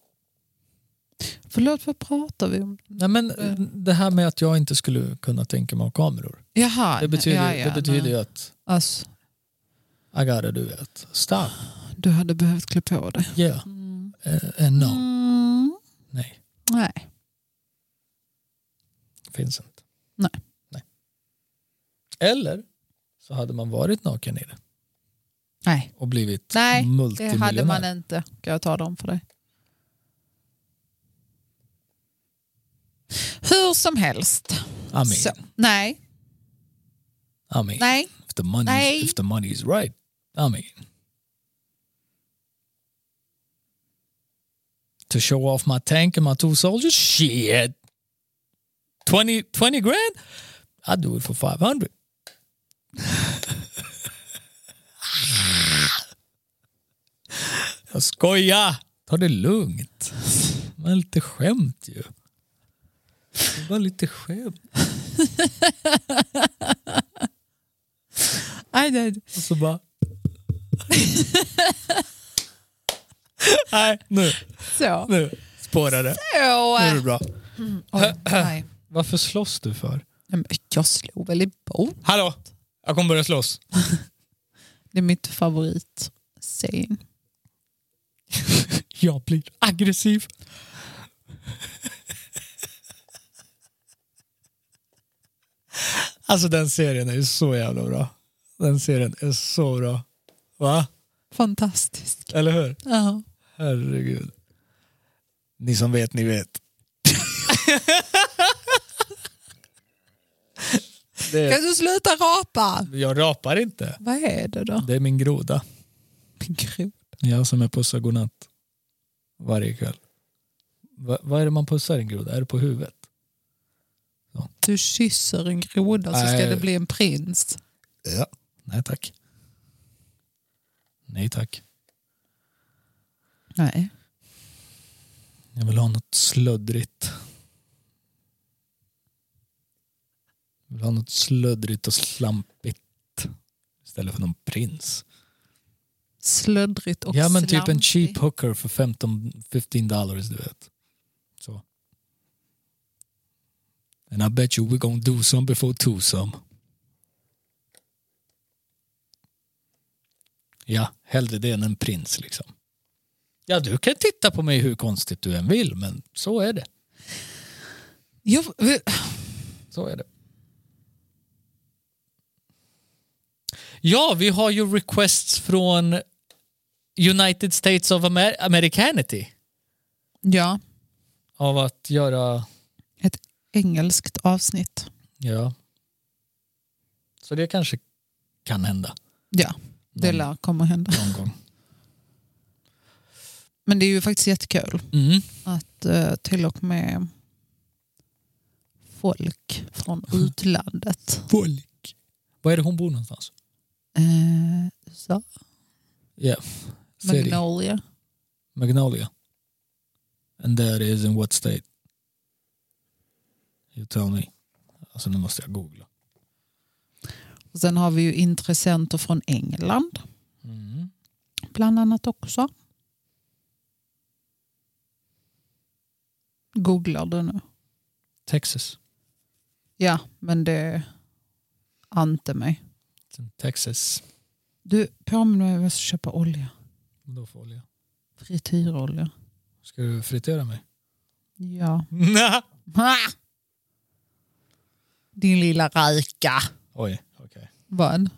S1: Förlåt, vad pratar vi om?
S2: Nej, men
S1: Mm.
S2: det här med att jag inte skulle kunna tänka mig att ha kameror.
S1: Jaha,
S2: Det betyder,
S1: ja, ja,
S2: det betyder
S1: nej.
S2: ju att
S1: Alltså,
S2: Agara, du vet, stop,
S1: du hade behövt klä på dig.
S2: yeah, eh, eh, no,
S1: Mm,
S2: nej.
S1: nej.
S2: finns inte.
S1: Nej.
S2: Nej. Eller så hade man varit naken i det
S1: nej,
S2: och blivit
S1: Nej, det
S2: multimiljonär.
S1: hade man inte. Kan jag ta dem för dig? Hur som helst.
S2: I mean,
S1: Så, nej,
S2: I mean,
S1: nej.
S2: If, the money
S1: Nej.
S2: is, if the money is right. I mean. To show off my tank and my two soldiers? Shit. 20, 20 grand? I'd do it for 500. Jag skojar! Ta det lugnt. Men lite skämt ju. Det var lite skämt.
S1: Aj, nej.
S2: Och så bara... Nej, nu,
S1: Så.
S2: nu spårar det.
S1: Åh,
S2: Nu är det bra.
S1: oj, nej.
S2: Varför slåss du för?
S1: Nej, men Jag slog väl i bord.
S2: Hallå! Jag kommer börja slåss.
S1: Det är mitt favorit saying.
S2: Jag blir aggressiv. Alltså den serien är ju så jävla bra. Den serien är så bra. Va?
S1: Fantastisk.
S2: Eller hur?
S1: Ja.
S2: Herregud. Ni som vet, ni vet.
S1: Kan du sluta rapa?
S2: Jag rapar inte.
S1: Vad är det då?
S2: Det är min groda.
S1: Min grod.
S2: Jag som jag pussar godnatt varje kväll. Va, vad är det man pussar en groda? Är det på huvudet?
S1: Du kysser en groda så ska
S2: Nej.
S1: det bli en prins.
S2: Ja. Nej tack. Nej tack.
S1: Nej.
S2: Jag vill ha något slöddrigt. Jag vill ha något slöddrigt och slampigt. Istället för någon prins.
S1: Slöddrigt och
S2: ja men typ en
S1: slampig.
S2: cheap hooker för 15, 15 dollars du vet. Så. And I bet you we're gonna do some before two some. Ja, hellre det än en prins liksom. Ja, du kan titta på mig hur konstigt du än vill, men så är det.
S1: Jag,
S2: Så är det. Ja, vi har ju requests från United States of Amer- Americanity
S1: ja,
S2: av att göra...
S1: ett engelskt avsnitt.
S2: Ja. Så det kanske kan hända
S1: Ja, det
S2: Någon-
S1: lär komma hända.
S2: någon gång.
S1: Men det är ju faktiskt jättekul
S2: Mm.
S1: att eh, till och med folk från utlandet,
S2: Folk. Var är det hon bor någonstans?
S1: eh, USA,
S2: Ja. City.
S1: Magnolia,
S2: Magnolia. And that is in what state? You tell me. Alltså nu måste jag googla.
S1: och sen har vi ju intressenter från England Mm. bland annat också. Googlar du nu?
S2: Texas.
S1: Ja, men det ante mig.
S2: It's in Texas.
S1: Du påminner mig om att jag måste köpa olja.
S2: Vadå för olja?
S1: Frityrolja.
S2: Ska du fritera mig?
S1: Ja.
S2: Nej.
S1: Ha! Din lilla räka.
S2: Oj, okej.
S1: Vad?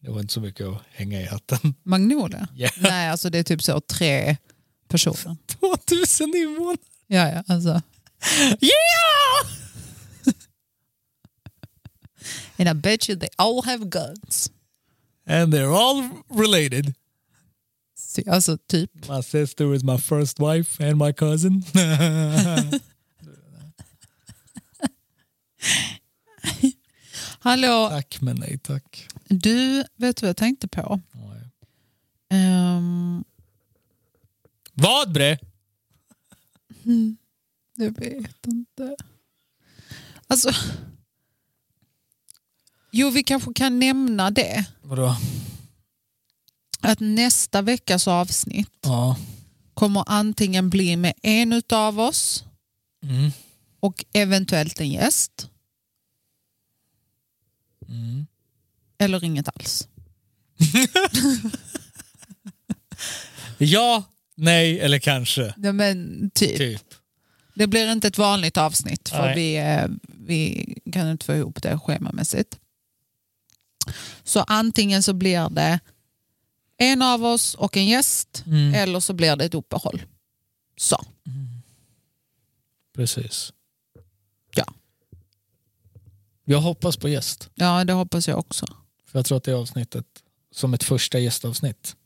S2: Det var inte så mycket att hänga i hatten.
S1: Magnolia?
S2: Ja.
S1: Nej, alltså det är typ så tre personer.
S2: 2000 invånare!
S1: Ja, ja, alltså.
S2: Yeah!
S1: And I bet you they all have guns.
S2: And they're all related.
S1: Så, Alltså typ.
S2: My sister is my first wife and my cousin.
S1: Hallå,
S2: tack men nej tack.
S1: du, vet du vad jag tänkte på?
S2: Oj.
S1: Ehm,
S2: Vad bre?
S1: jag vet inte. Alltså, jo, vi kanske kan nämna det.
S2: Vadå?
S1: Att nästa veckas avsnitt
S2: Ja.
S1: kommer antingen bli med en av oss
S2: Mm.
S1: och eventuellt en gäst.
S2: Mm.
S1: Eller inget alls.
S2: Ja, nej eller kanske.
S1: Nej, men typ.
S2: Typ.
S1: Det blir inte ett vanligt avsnitt för
S2: Nej.
S1: vi, eh, vi kan inte få ihop det schemamässigt. Så antingen så blir det en av oss och en gäst
S2: Mm.
S1: eller så blir det ett uppehåll. Så.
S2: Precis.
S1: Ja.
S2: Jag hoppas på gäst.
S1: Ja, det hoppas jag också.
S2: För jag tror att det avsnittet, som ett första gästavsnitt,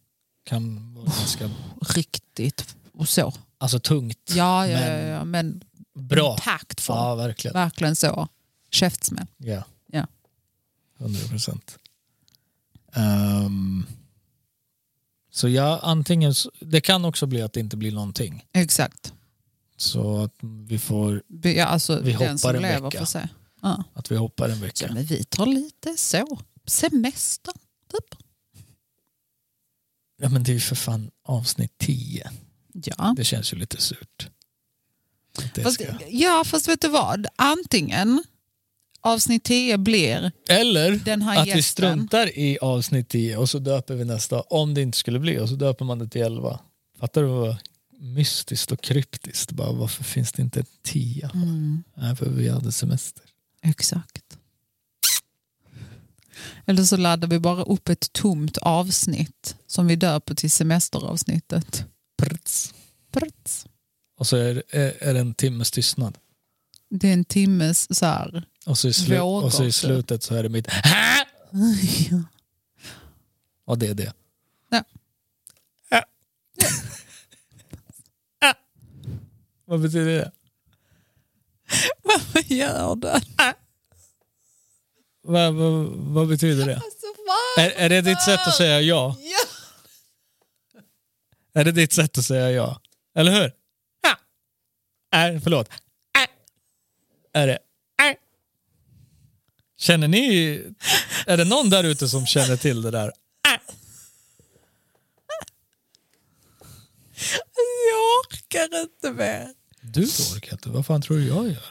S2: kan vara ganska
S1: Riktigt och så.
S2: alltså tungt.
S1: Ja, ja,
S2: Men-
S1: ja, ja. men
S2: Bra.
S1: impactful.
S2: Ja, verkligen.
S1: Verkligen så. Käftsmäll.
S2: Ja.
S1: Ja.
S2: 100 procent. Ehm, så ja, antingen, så- det kan också bli att det inte blir någonting.
S1: Exakt.
S2: Så att vi får,
S1: Be- Ja, alltså,
S2: Vi hoppar
S1: den som
S2: en
S1: lever
S2: vecka.
S1: får se. Ja.
S2: att vi hoppar en
S1: Så,
S2: vecka.
S1: men vi tar lite så. Semester, typ.
S2: Ja, men det är ju för fan avsnitt 10.
S1: Ja.
S2: Det känns ju lite surt. Att Det
S1: Fast,
S2: ska.
S1: ja, fast vet du vad? Antingen avsnitt 10 blir
S2: Eller
S1: den här
S2: att
S1: gästen.
S2: vi struntar i avsnitt 10 och så döper vi nästa, om det inte skulle bli, och så döper man det till 11. Fattar du vad mystiskt och kryptiskt? Bara, varför finns det inte en 10?
S1: Mm,
S2: Nej, för vi hade semester.
S1: exakt. Eller så laddar vi bara upp ett tomt avsnitt som vi döper till semesteravsnittet.
S2: Prts.
S1: Prts.
S2: Och så är, är, är det en timmes tystnad.
S1: Det är en timmes så här.
S2: Och så i, slu-
S1: Vågor,
S2: och så i
S1: typ.
S2: slutet så är det mitt Hä? Och det är det.
S1: Ja.
S2: Ja. Ja. Vad betyder det?
S1: Vad gör den?
S2: Vad, vad, vad betyder det?
S1: Alltså, vad?
S2: Är, är det ditt sätt att säga ja?
S1: Ja.
S2: Är det ditt sätt att säga ja? Eller hur? Ja. Är, förlåt. Är det? Är. Känner ni... Är det någon där ute som känner till det där?
S1: Jag orkar inte mer.
S2: Du orkar inte. Vad fan tror du jag gör?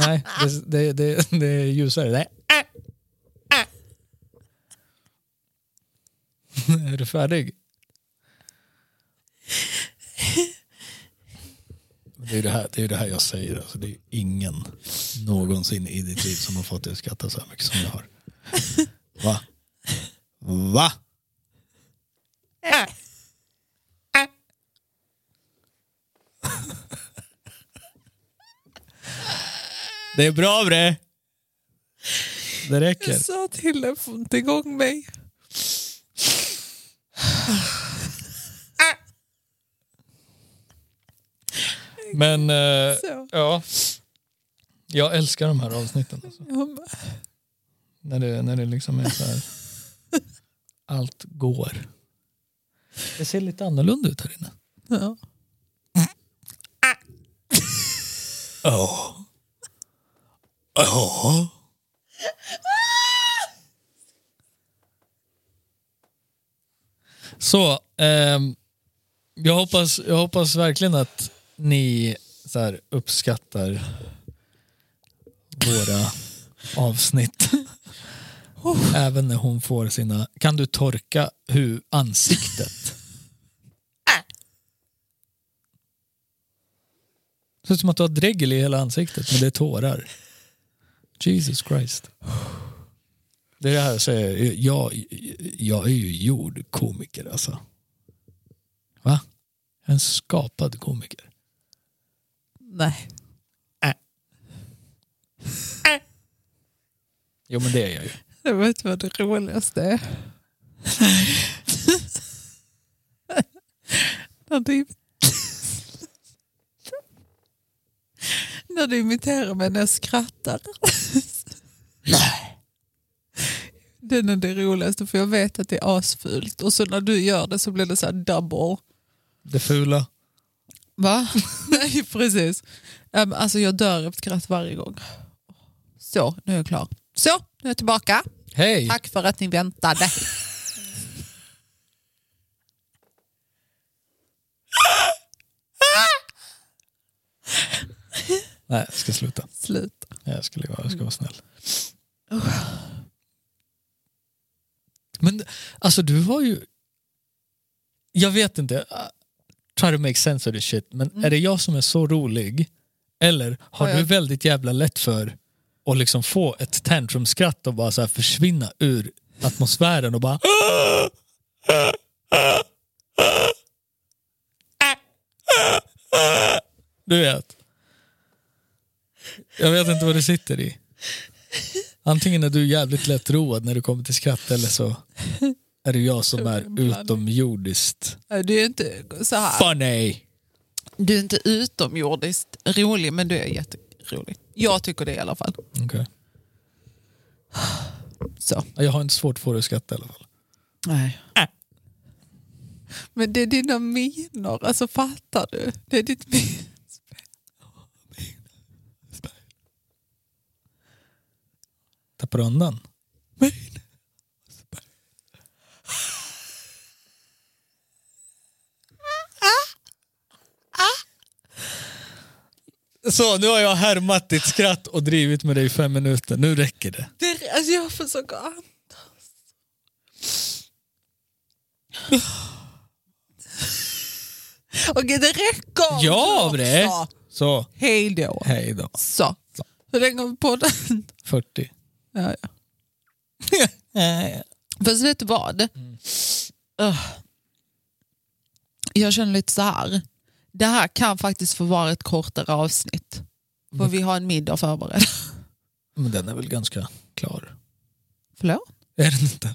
S2: Nej, det, det, det, det är ljusare. Nej. Är du färdig? Det är ju det här, det är ju det här jag säger. Alltså, det är ju ingen någonsin i ditt liv som har fått dig att skratta så här mycket som jag har. Va? Va? Det är bra bre. Det räcker.
S1: Jag sa till den, få inte igång mig.
S2: Men eh,
S1: Så.
S2: ja, jag älskar de här avsnitten. Alltså.
S1: Jag bara,
S2: När, det, när det liksom är så här, allt går. Det ser lite annorlunda ut här inne.
S1: ja.
S2: Ja. Ja. Så, ehm, jag, hoppas, jag hoppas verkligen att ni så här, uppskattar våra avsnitt. Även när hon får sina... Kan du torka hu ansiktet? Det ser ut som att du har dregel i hela ansiktet, men det är tårar. Jesus Christ. Det är det här jag säger. Jag, jag är ju gjord komiker alltså. Va? Jag är En skapad komiker.
S1: Nej.
S2: Jo men det är jag ju.
S1: Jag vet vad det roligaste är. när, du, när du imiterar mig när jag skrattar. Den är det roligaste för jag vet att det är asfult och så när du gör det så blir det så här double.
S2: Det fula.
S1: Va? Nej, precis. Um, alltså jag dör av skratt varje gång. Så, nu är jag klar. Så, nu är jag tillbaka.
S2: Hej!
S1: Tack för att ni väntade.
S2: Nej, jag ska sluta.
S1: Slut.
S2: Nej, Jag, skulle, vara- jag ska vara snäll. Men alltså du har ju... Jag vet inte. uh, Try to make sense of this shit. Men är det jag som är så rolig? Eller har
S1: Ja, ja.
S2: du väldigt jävla lätt för att liksom få ett tantrumskratt och bara så här försvinna ur atmosfären och bara... Du vet. Jag vet inte vad det sitter i. Antingen är du jävligt lättroad när du kommer till skratt eller så är det jag som är utomjordiskt
S1: Ah. Nej, Det är ju inte så här.
S2: funny.
S1: Du är inte utomjordiskt rolig, men du är jätterolig. Jag tycker det i alla fall.
S2: Okej.
S1: Så.
S2: Jag har inte svårt att få dig att skratta i alla fall.
S1: Nej. Men det är dina miner, alltså fattar du? Det är ditt min-
S2: Tappar du undan? Så, nu har jag härmat ditt skratt och drivit med dig i fem minuter. Nu räcker det.
S1: det, alltså Jag försöker andas. Okej, det räcker!
S2: Ja,
S1: också.
S2: bre! Så,
S1: Hej då.
S2: hej då.
S1: Så. Hur länge har vi podden?
S2: 40.
S1: Ja, ja. Fast vet du vad? Ugh. Jag känner lite så här. Det här kan faktiskt få vara ett kortare avsnitt. För vi har en middag förberedd.
S2: Men den är väl ganska klar?
S1: Förlåt?
S2: Är den inte?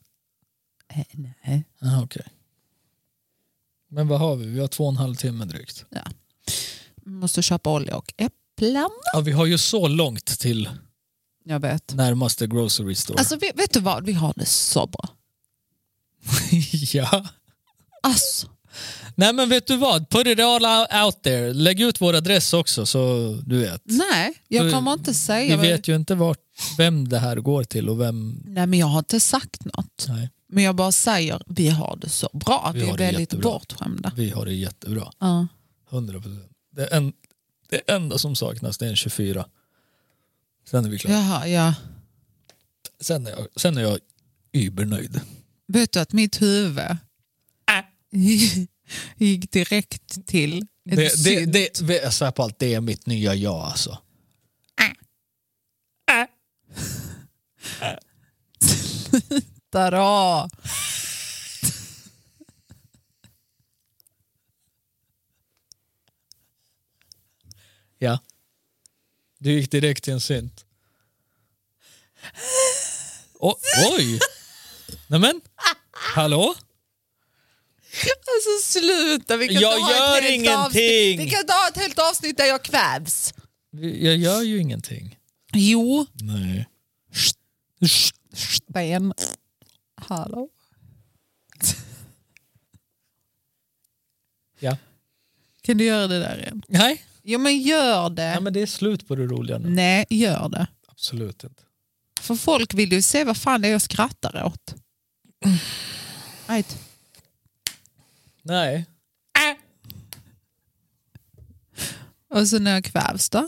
S1: Eh, nej.
S2: Aha, okej. Men vad har vi? Vi har två och en halv timme drygt.
S1: Måste köpa olja och äpplen.
S2: Ja, vi har ju så långt till
S1: Jag vet.
S2: närmaste grocery store.
S1: Alltså vet, vet du vad? Vi har det så bra.
S2: ja.
S1: Alltså,
S2: Nej men vet du vad, put it all out there. Lägg ut vår adress också så du vet.
S1: nej, jag
S2: Du-
S1: kommer inte
S2: Vi
S1: säga. vad-
S2: vet ju inte vart, vem det här går till och vem...
S1: Nej, men jag har inte sagt något.
S2: Nej,
S1: Men jag bara säger, vi har det så bra.
S2: Vi
S1: Vi, är
S2: har det
S1: väldigt
S2: jättebra.
S1: bortskämda.
S2: vi har det jättebra.
S1: Ja.
S2: 100 procent. Det, en, det enda som saknas det är en 24. Sen är vi klara.
S1: Jaha, ja.
S2: Sen är jag, sen är jag übernöjd.
S1: Vet du att mitt huvud äh, gick direkt till
S2: Det,
S1: en
S2: det,
S1: synt.
S2: det, det, jag svär på allt, det är mitt nya jag alltså.
S1: Där då.
S2: Ja. Du gick direkt till en synt. O- oj! Nämen, hallå?
S1: Alltså sluta, vi kan
S2: Jag
S1: inte ha
S2: gör
S1: ett helt
S2: ingenting.
S1: Avsnitt. Vi kan inte ha ett helt avsnitt där jag kvävs.
S2: Jag gör ju ingenting.
S1: Jo,
S2: Nej.
S1: Sten. Hallå?
S2: Ja.
S1: Kan du göra det där igen?
S2: Nej.
S1: Jo men gör det.
S2: Nej, men det är slut på det roliga nu.
S1: Nej, gör det.
S2: Absolut inte.
S1: För folk vill ju se vad fan det är jag skrattar åt. Äh. Right.
S2: Nej.
S1: Och så när jag kvävs då?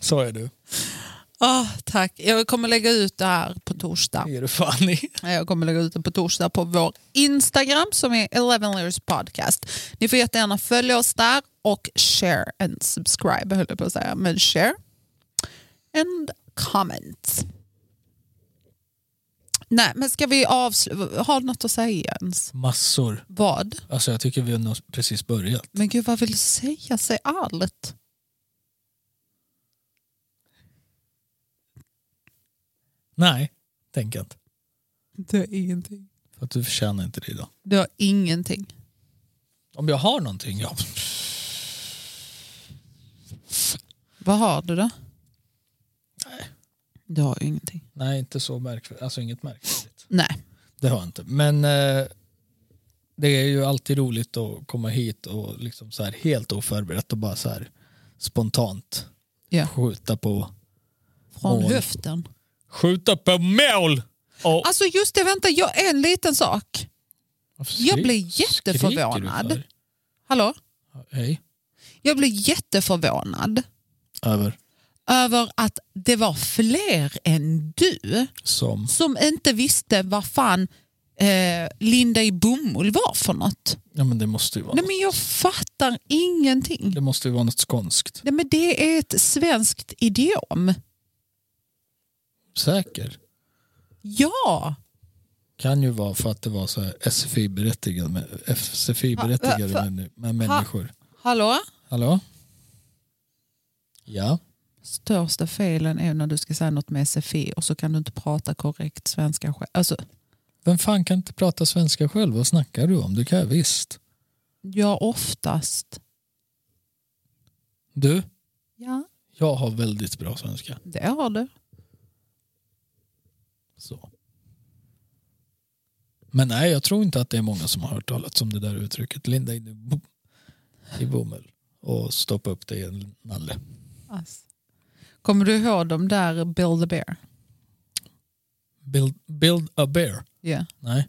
S2: Sa jag du.
S1: Ah, tack. Jag kommer lägga ut det här på torsdag.
S2: Är du fan i?
S1: Eh, Jag kommer lägga ut det på torsdag på vår Instagram som är 11 layers podcast. Ni får jättegärna följa oss där och share and subscribe höll jag på att säga. Men share and comment. Nej, men ska vi avsluta? Har du något att säga ens?
S2: Massor.
S1: Vad?
S2: Alltså jag tycker vi har nog precis börjat.
S1: Men gud, vad vill du säga? Säg allt.
S2: Nej, tänk inte.
S1: Du har ingenting.
S2: För att du förtjänar inte det idag.
S1: Du har ingenting.
S2: Om jag har någonting, ja.
S1: Vad har du då? Du har ju ingenting.
S2: Nej, inte så märkvärdigt. Alltså inget märkvärdigt.
S1: Nej.
S2: Det har jag inte. Men eh, det är ju alltid roligt att komma hit och liksom så här helt oförberett och bara så här spontant
S1: Ja.
S2: skjuta på
S1: Från
S2: Mål.
S1: höften.
S2: skjuta på mål. Och,
S1: Alltså just det, vänta, jag, en liten sak. jag blir jätteförvånad. Hallå?
S2: Hej.
S1: Jag blev jätteförvånad
S2: Över.
S1: över att det var fler än du
S2: Som.
S1: som inte visste vad fan eh, Linda i bomull var för något.
S2: Ja men det måste ju vara,
S1: Nej
S2: något.
S1: men jag fattar ingenting.
S2: Det måste ju vara något skånskt.
S1: Nej men det är ett svenskt idiom.
S2: Säker.
S1: Ja!
S2: Kan ju vara för att det var så här SFI-berättigade med, SFI-berättigade med, med människor.
S1: Hallå?
S2: Hallå? Ja.
S1: Största felen är när du ska säga något med SFI och så kan du inte prata korrekt svenska själv. Alltså,
S2: Vem fan kan inte prata svenska själv? Vad snackar du om? Du kan jag visst.
S1: ja, oftast.
S2: Du,
S1: Ja.
S2: jag har väldigt bra svenska.
S1: Det har du.
S2: Så. Men nej, jag tror inte att det är många som har hört talas om det där uttrycket. Linda in i bo- i bomull och stoppa upp dig i en nalle.
S1: Ass. Alltså. Kommer du ihåg de där Build a Bear?
S2: Build, build a bear.
S1: Ja.
S2: Nej.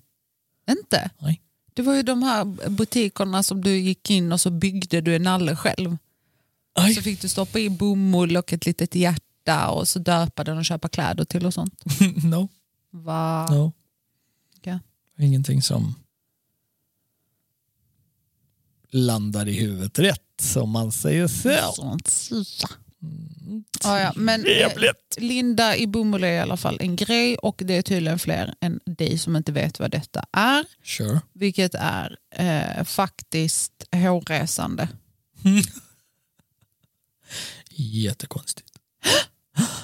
S1: Inte?
S2: Nej.
S1: Det var ju de här butikerna som du gick in och så byggde du en nalle själv. Så
S2: Aj.
S1: fick du stoppa i bomull och ett litet hjärta och så döpa den och köpa kläder till och sånt.
S2: no,
S1: Va?
S2: no.
S1: Okej.
S2: Ingenting som landar i huvudet rätt om man säger så.
S1: Sånt. Ja.
S2: Mm.
S1: Ja, ja, men, eh,
S2: Jävligt.
S1: Linda i bomull är i alla fall en grej och det är tydligen fler än dig som inte vet vad detta är.
S2: Sure.
S1: Vilket är eh, faktiskt hårresande.
S2: Jättekonstigt.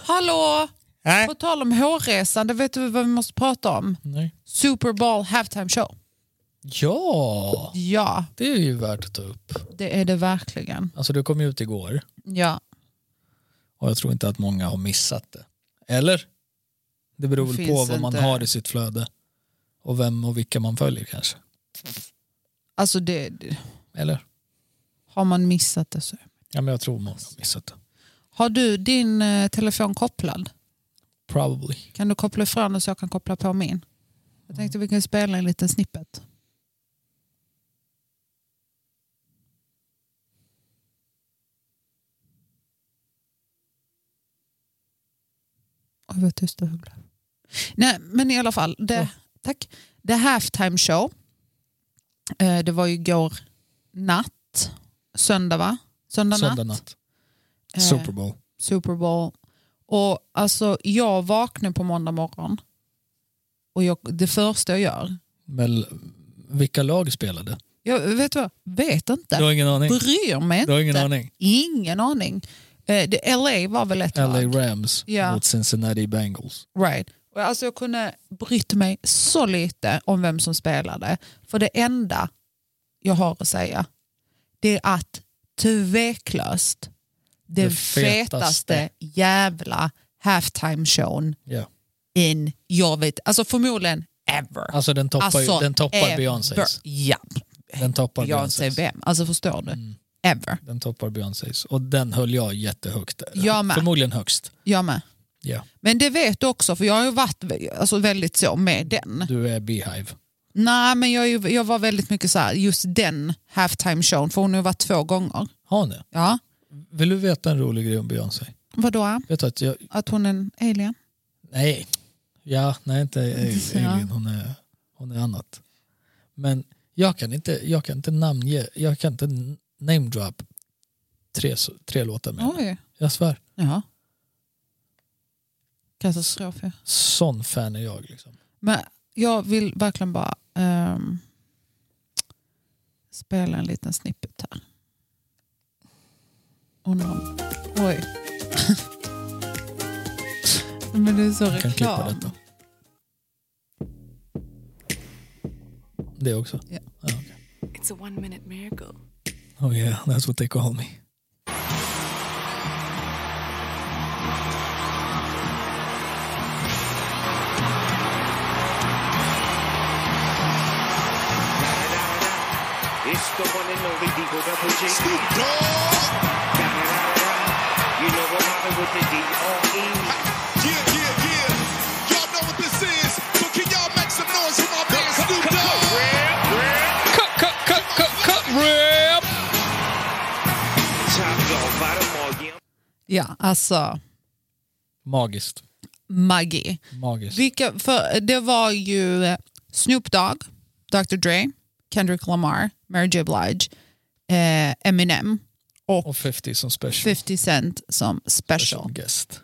S1: Hallå!
S2: Nej.
S1: På tal om hårresande, vet du vad vi måste prata om?
S2: Nej.
S1: Super Bowl halftime show.
S2: Ja,
S1: Ja,
S2: det är ju värt att ta upp.
S1: det är det verkligen.
S2: Alltså det kom ju ut igår
S1: Ja,
S2: och jag tror inte att många har missat det. Eller? Det beror
S1: Det
S2: väl på
S1: finns
S2: vad man
S1: inte.
S2: har i sitt flöde och vem och vilka man följer kanske.
S1: alltså det, det-
S2: Eller?
S1: har man missat det så.
S2: Ja, men jag tror många har missat det.
S1: Har du din eh, telefon kopplad?
S2: Probably.
S1: Kan du koppla ifrån den så jag kan koppla på min? Jag tänkte vi kan spela en liten snippet. Oj vad tyst det blev. Nej men i alla fall, det,
S2: Ja.
S1: tack. The halftime show. Eh, det var ju igår natt. Söndag va? Söndag natt.
S2: Söndag natt.
S1: Eh,
S2: Super Bowl.
S1: Super Bowl. Och alltså, jag vaknar på måndag morgon och jag, det första jag gör,
S2: Men vilka lag spelade?
S1: jag vet, du vad, vet
S2: Du
S1: inte,
S2: har ingen aning?
S1: bryr mig
S2: Du
S1: inte,
S2: har ingen aning?
S1: ingen aning. Eh, det, LA var väl ett
S2: LA
S1: lag?
S2: Rams
S1: Ja.
S2: mot Cincinnati Bengals.
S1: Right. Och Alltså jag kunde brytt mig så lite om vem som spelade. För det enda jag har att säga det är att tveklöst det,
S2: Det fetaste.
S1: fetaste jävla halftime-shown
S2: Ja.
S1: in, jag vet, alltså förmodligen ever.
S2: Alltså den toppar,
S1: Alltså,
S2: den toppar
S1: ever.
S2: Beyoncés.
S1: Ja,
S2: Den toppar Mm.
S1: Beyoncé
S2: Beyoncés.
S1: vem? Alltså förstår du? Ever.
S2: Den toppar Beyoncés. Och den höll jag jättehögt.
S1: Jag med.
S2: Förmodligen högst.
S1: Jag med.
S2: Ja.
S1: Men det vet du också, för jag har ju varit alltså, väldigt så med den.
S2: Du är Beehive.
S1: Nej, men jag, är ju- jag var väldigt mycket så här, just den halftime shown, för hon har ju varit två gånger.
S2: Har ni?
S1: Ja,
S2: Vill du veta en rolig grej om Beyoncé?
S1: vadå?
S2: Vet du att jag...
S1: Att hon är en alien?
S2: Nej. Ja, nej inte
S1: Ja.
S2: Elin. Hon är, hon är annat. Men jag kan inte, jag kan inte namnge, jag kan inte namedrop tre, så- tre låtar med henne.
S1: Oj,
S2: Jag svär.
S1: ja. Katastrof ja.
S2: Sån fan är jag liksom.
S1: Men jag vill verkligen bara ehm, spela en liten snippet här. Undrar om... Oj. Men det är så
S2: Jag kan klippa
S1: reklam.
S2: detta. Det också?
S1: Ja.
S2: Ja, okej.
S3: It's a one minute miracle.
S2: Oh yeah, that's what they call me.
S4: It's the one and only Digo Double G.
S5: Snoop Dogg.
S4: You know what happened with the D.R.E.
S5: Yeah, yeah, yeah. Y'all know what this is, but can y'all make some noise for my man Snoop Dogg?
S4: Top dog, bottom all, yeah.
S1: Ja, alltså
S2: Magiskt.
S1: magi.
S2: Magiskt.
S1: Vilka, för det var ju eh, Snoop Dogg, Dr Dre, Kendrick Lamar, Mary J Blige, eh, Eminem
S2: Och 50 som special.
S1: 50 Cent som
S2: special
S1: special.
S2: guest.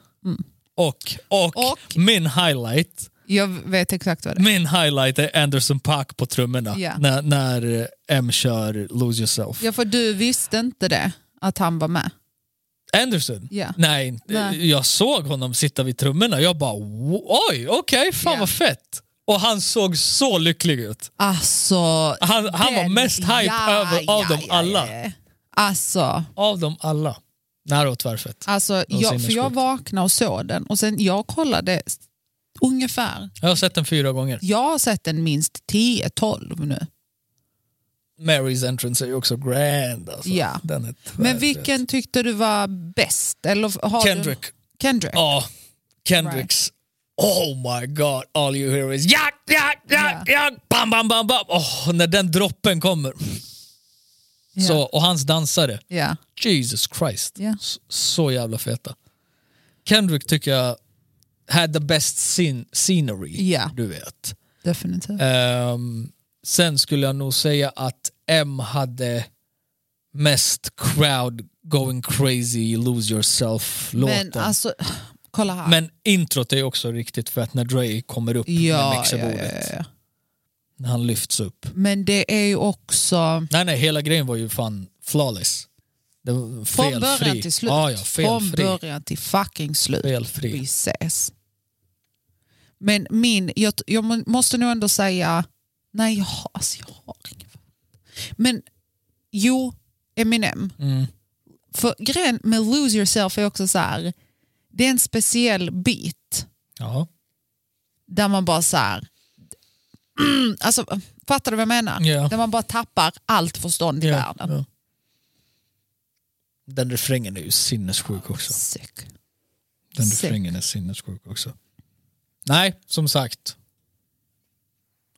S2: Och, och,
S1: Mm. Och-
S2: min highlight
S1: Jag vet exakt vad det är.
S2: min highlight är Anderson Paak på trummorna
S1: Ja.
S2: när, när eh, M kör Lose Yourself.
S1: Ja, för du visste inte det, att han var med.
S2: Anderson?
S1: Ja.
S2: Nej, eh,
S1: Nej.
S2: jag såg honom sitta vid trummorna. Jag bara "Wo- oj, okej, fan
S1: Ja.
S2: vad fett. Och han såg så lycklig ut.
S1: Alltså,
S2: Han, han var
S1: den-
S2: mest hype
S1: ja,
S2: över, av
S1: ja,
S2: dem
S1: ja,
S2: alla.
S1: ja. Alltså,
S2: Av dem alla. Nära och tvärfett.
S1: alltså
S2: var
S1: jag, för jag
S2: sinnessjukt.
S1: vaknade och såg den och sen jag kollade s- ungefär.
S2: Jag har sett den fyra gånger.
S1: Jag har sett den minst 10-12 nu.
S2: Marys entrance är ju också grand. Alltså.
S1: Ja.
S2: Den är
S1: Men
S2: tvärfett.
S1: vilken tyckte du var bäst? Eller har
S2: Kendrick.
S1: Du, Kendrick?
S2: Ja, Kendricks. Oh my god, all you hear is jack, jack, jack, jack, bam, bam, bam, bam. Oh, när den droppen kommer. Så, och hans dansare.
S1: Ja.
S2: Jesus Christ.
S1: Ja.
S2: S- Så jävla feta. Kendrick tycker jag had the best scen- scenery,
S1: Ja.
S2: du vet.
S1: Definitivt.
S2: Ehm, sen skulle jag nog säga att M hade mest crowd going crazy, lose yourself-låten.
S1: Men alltså, kolla här.
S2: Men introt är också riktigt för att när Dre kommer upp med
S1: ja, ja, ja,
S2: mixerbordet,
S1: ja, ja.
S2: när han lyfts upp.
S1: Men det är ju också...
S2: Nej, nej, hela grejen var ju fan flawless. Det var
S1: Från
S2: felfri.
S1: början till slut.
S2: Ja, ja,
S1: Från
S2: felfri.
S1: början till fucking slut. Vi
S2: felfri.
S1: ses. Men min, jag, jag må- måste nog ändå säga, nej jag har, alltså jag har ingen favorit. Men jo, Eminem.
S2: Mm.
S1: För grejen med Lose Yourself är också så här, det är en speciell beat
S2: Jaha.
S1: där man bara så här, mm, alltså, fattar du vad jag menar?
S2: Ja.
S1: Där man bara tappar allt förstånd i
S2: Ja,
S1: världen.
S2: ja. Den refrängen är ju sinnessjuk också.
S1: Sick.
S2: Den
S1: Sick.
S2: refrängen är sinnessjuk också. Nej, som sagt.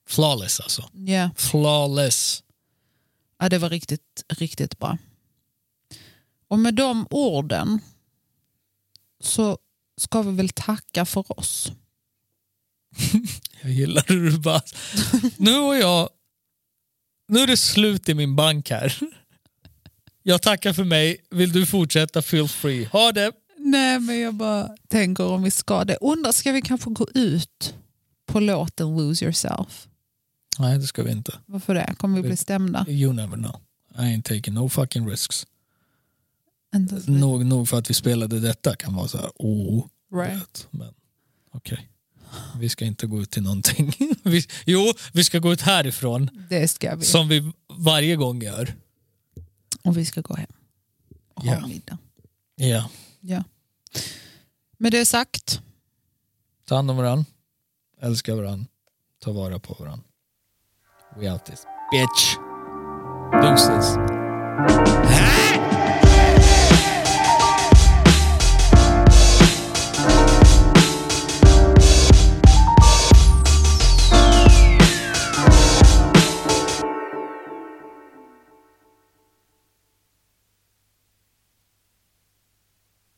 S2: Flawless alltså.
S1: Ja.
S2: Flawless.
S1: Ja, det var riktigt, riktigt bra. Och med de orden så ska vi väl tacka för oss.
S2: Jag gillar hur du bara... Nu och jag... Nu är det slut i min bank här. Jag tackar för mig. Vill du fortsätta, feel free. Ha det!
S1: Nej, men jag bara tänker om vi ska det. Undrar, ska vi kanske gå ut på låten Lose Yourself?
S2: Nej, det ska vi inte.
S1: Varför det? Kommer
S2: Mm.
S1: vi bli stämda?
S2: You never know. I ain't taking no fucking risks.
S1: Inte ens lite.
S2: Nog, nog för att vi spelade detta kan vara så här, oh.
S1: Right.
S2: vet, Men okej. Vi ska inte gå ut till någonting. Vi, jo, vi ska gå ut härifrån.
S1: Det ska vi.
S2: Som vi varje gång gör.
S1: Och vi ska gå hem och ha
S2: Ja.
S1: middag.
S2: Ja.
S1: Ja. Med det sagt,
S2: Ta hand om varandra. Älska varandra. Ta vara på varandra. We out this bitch. Deuces.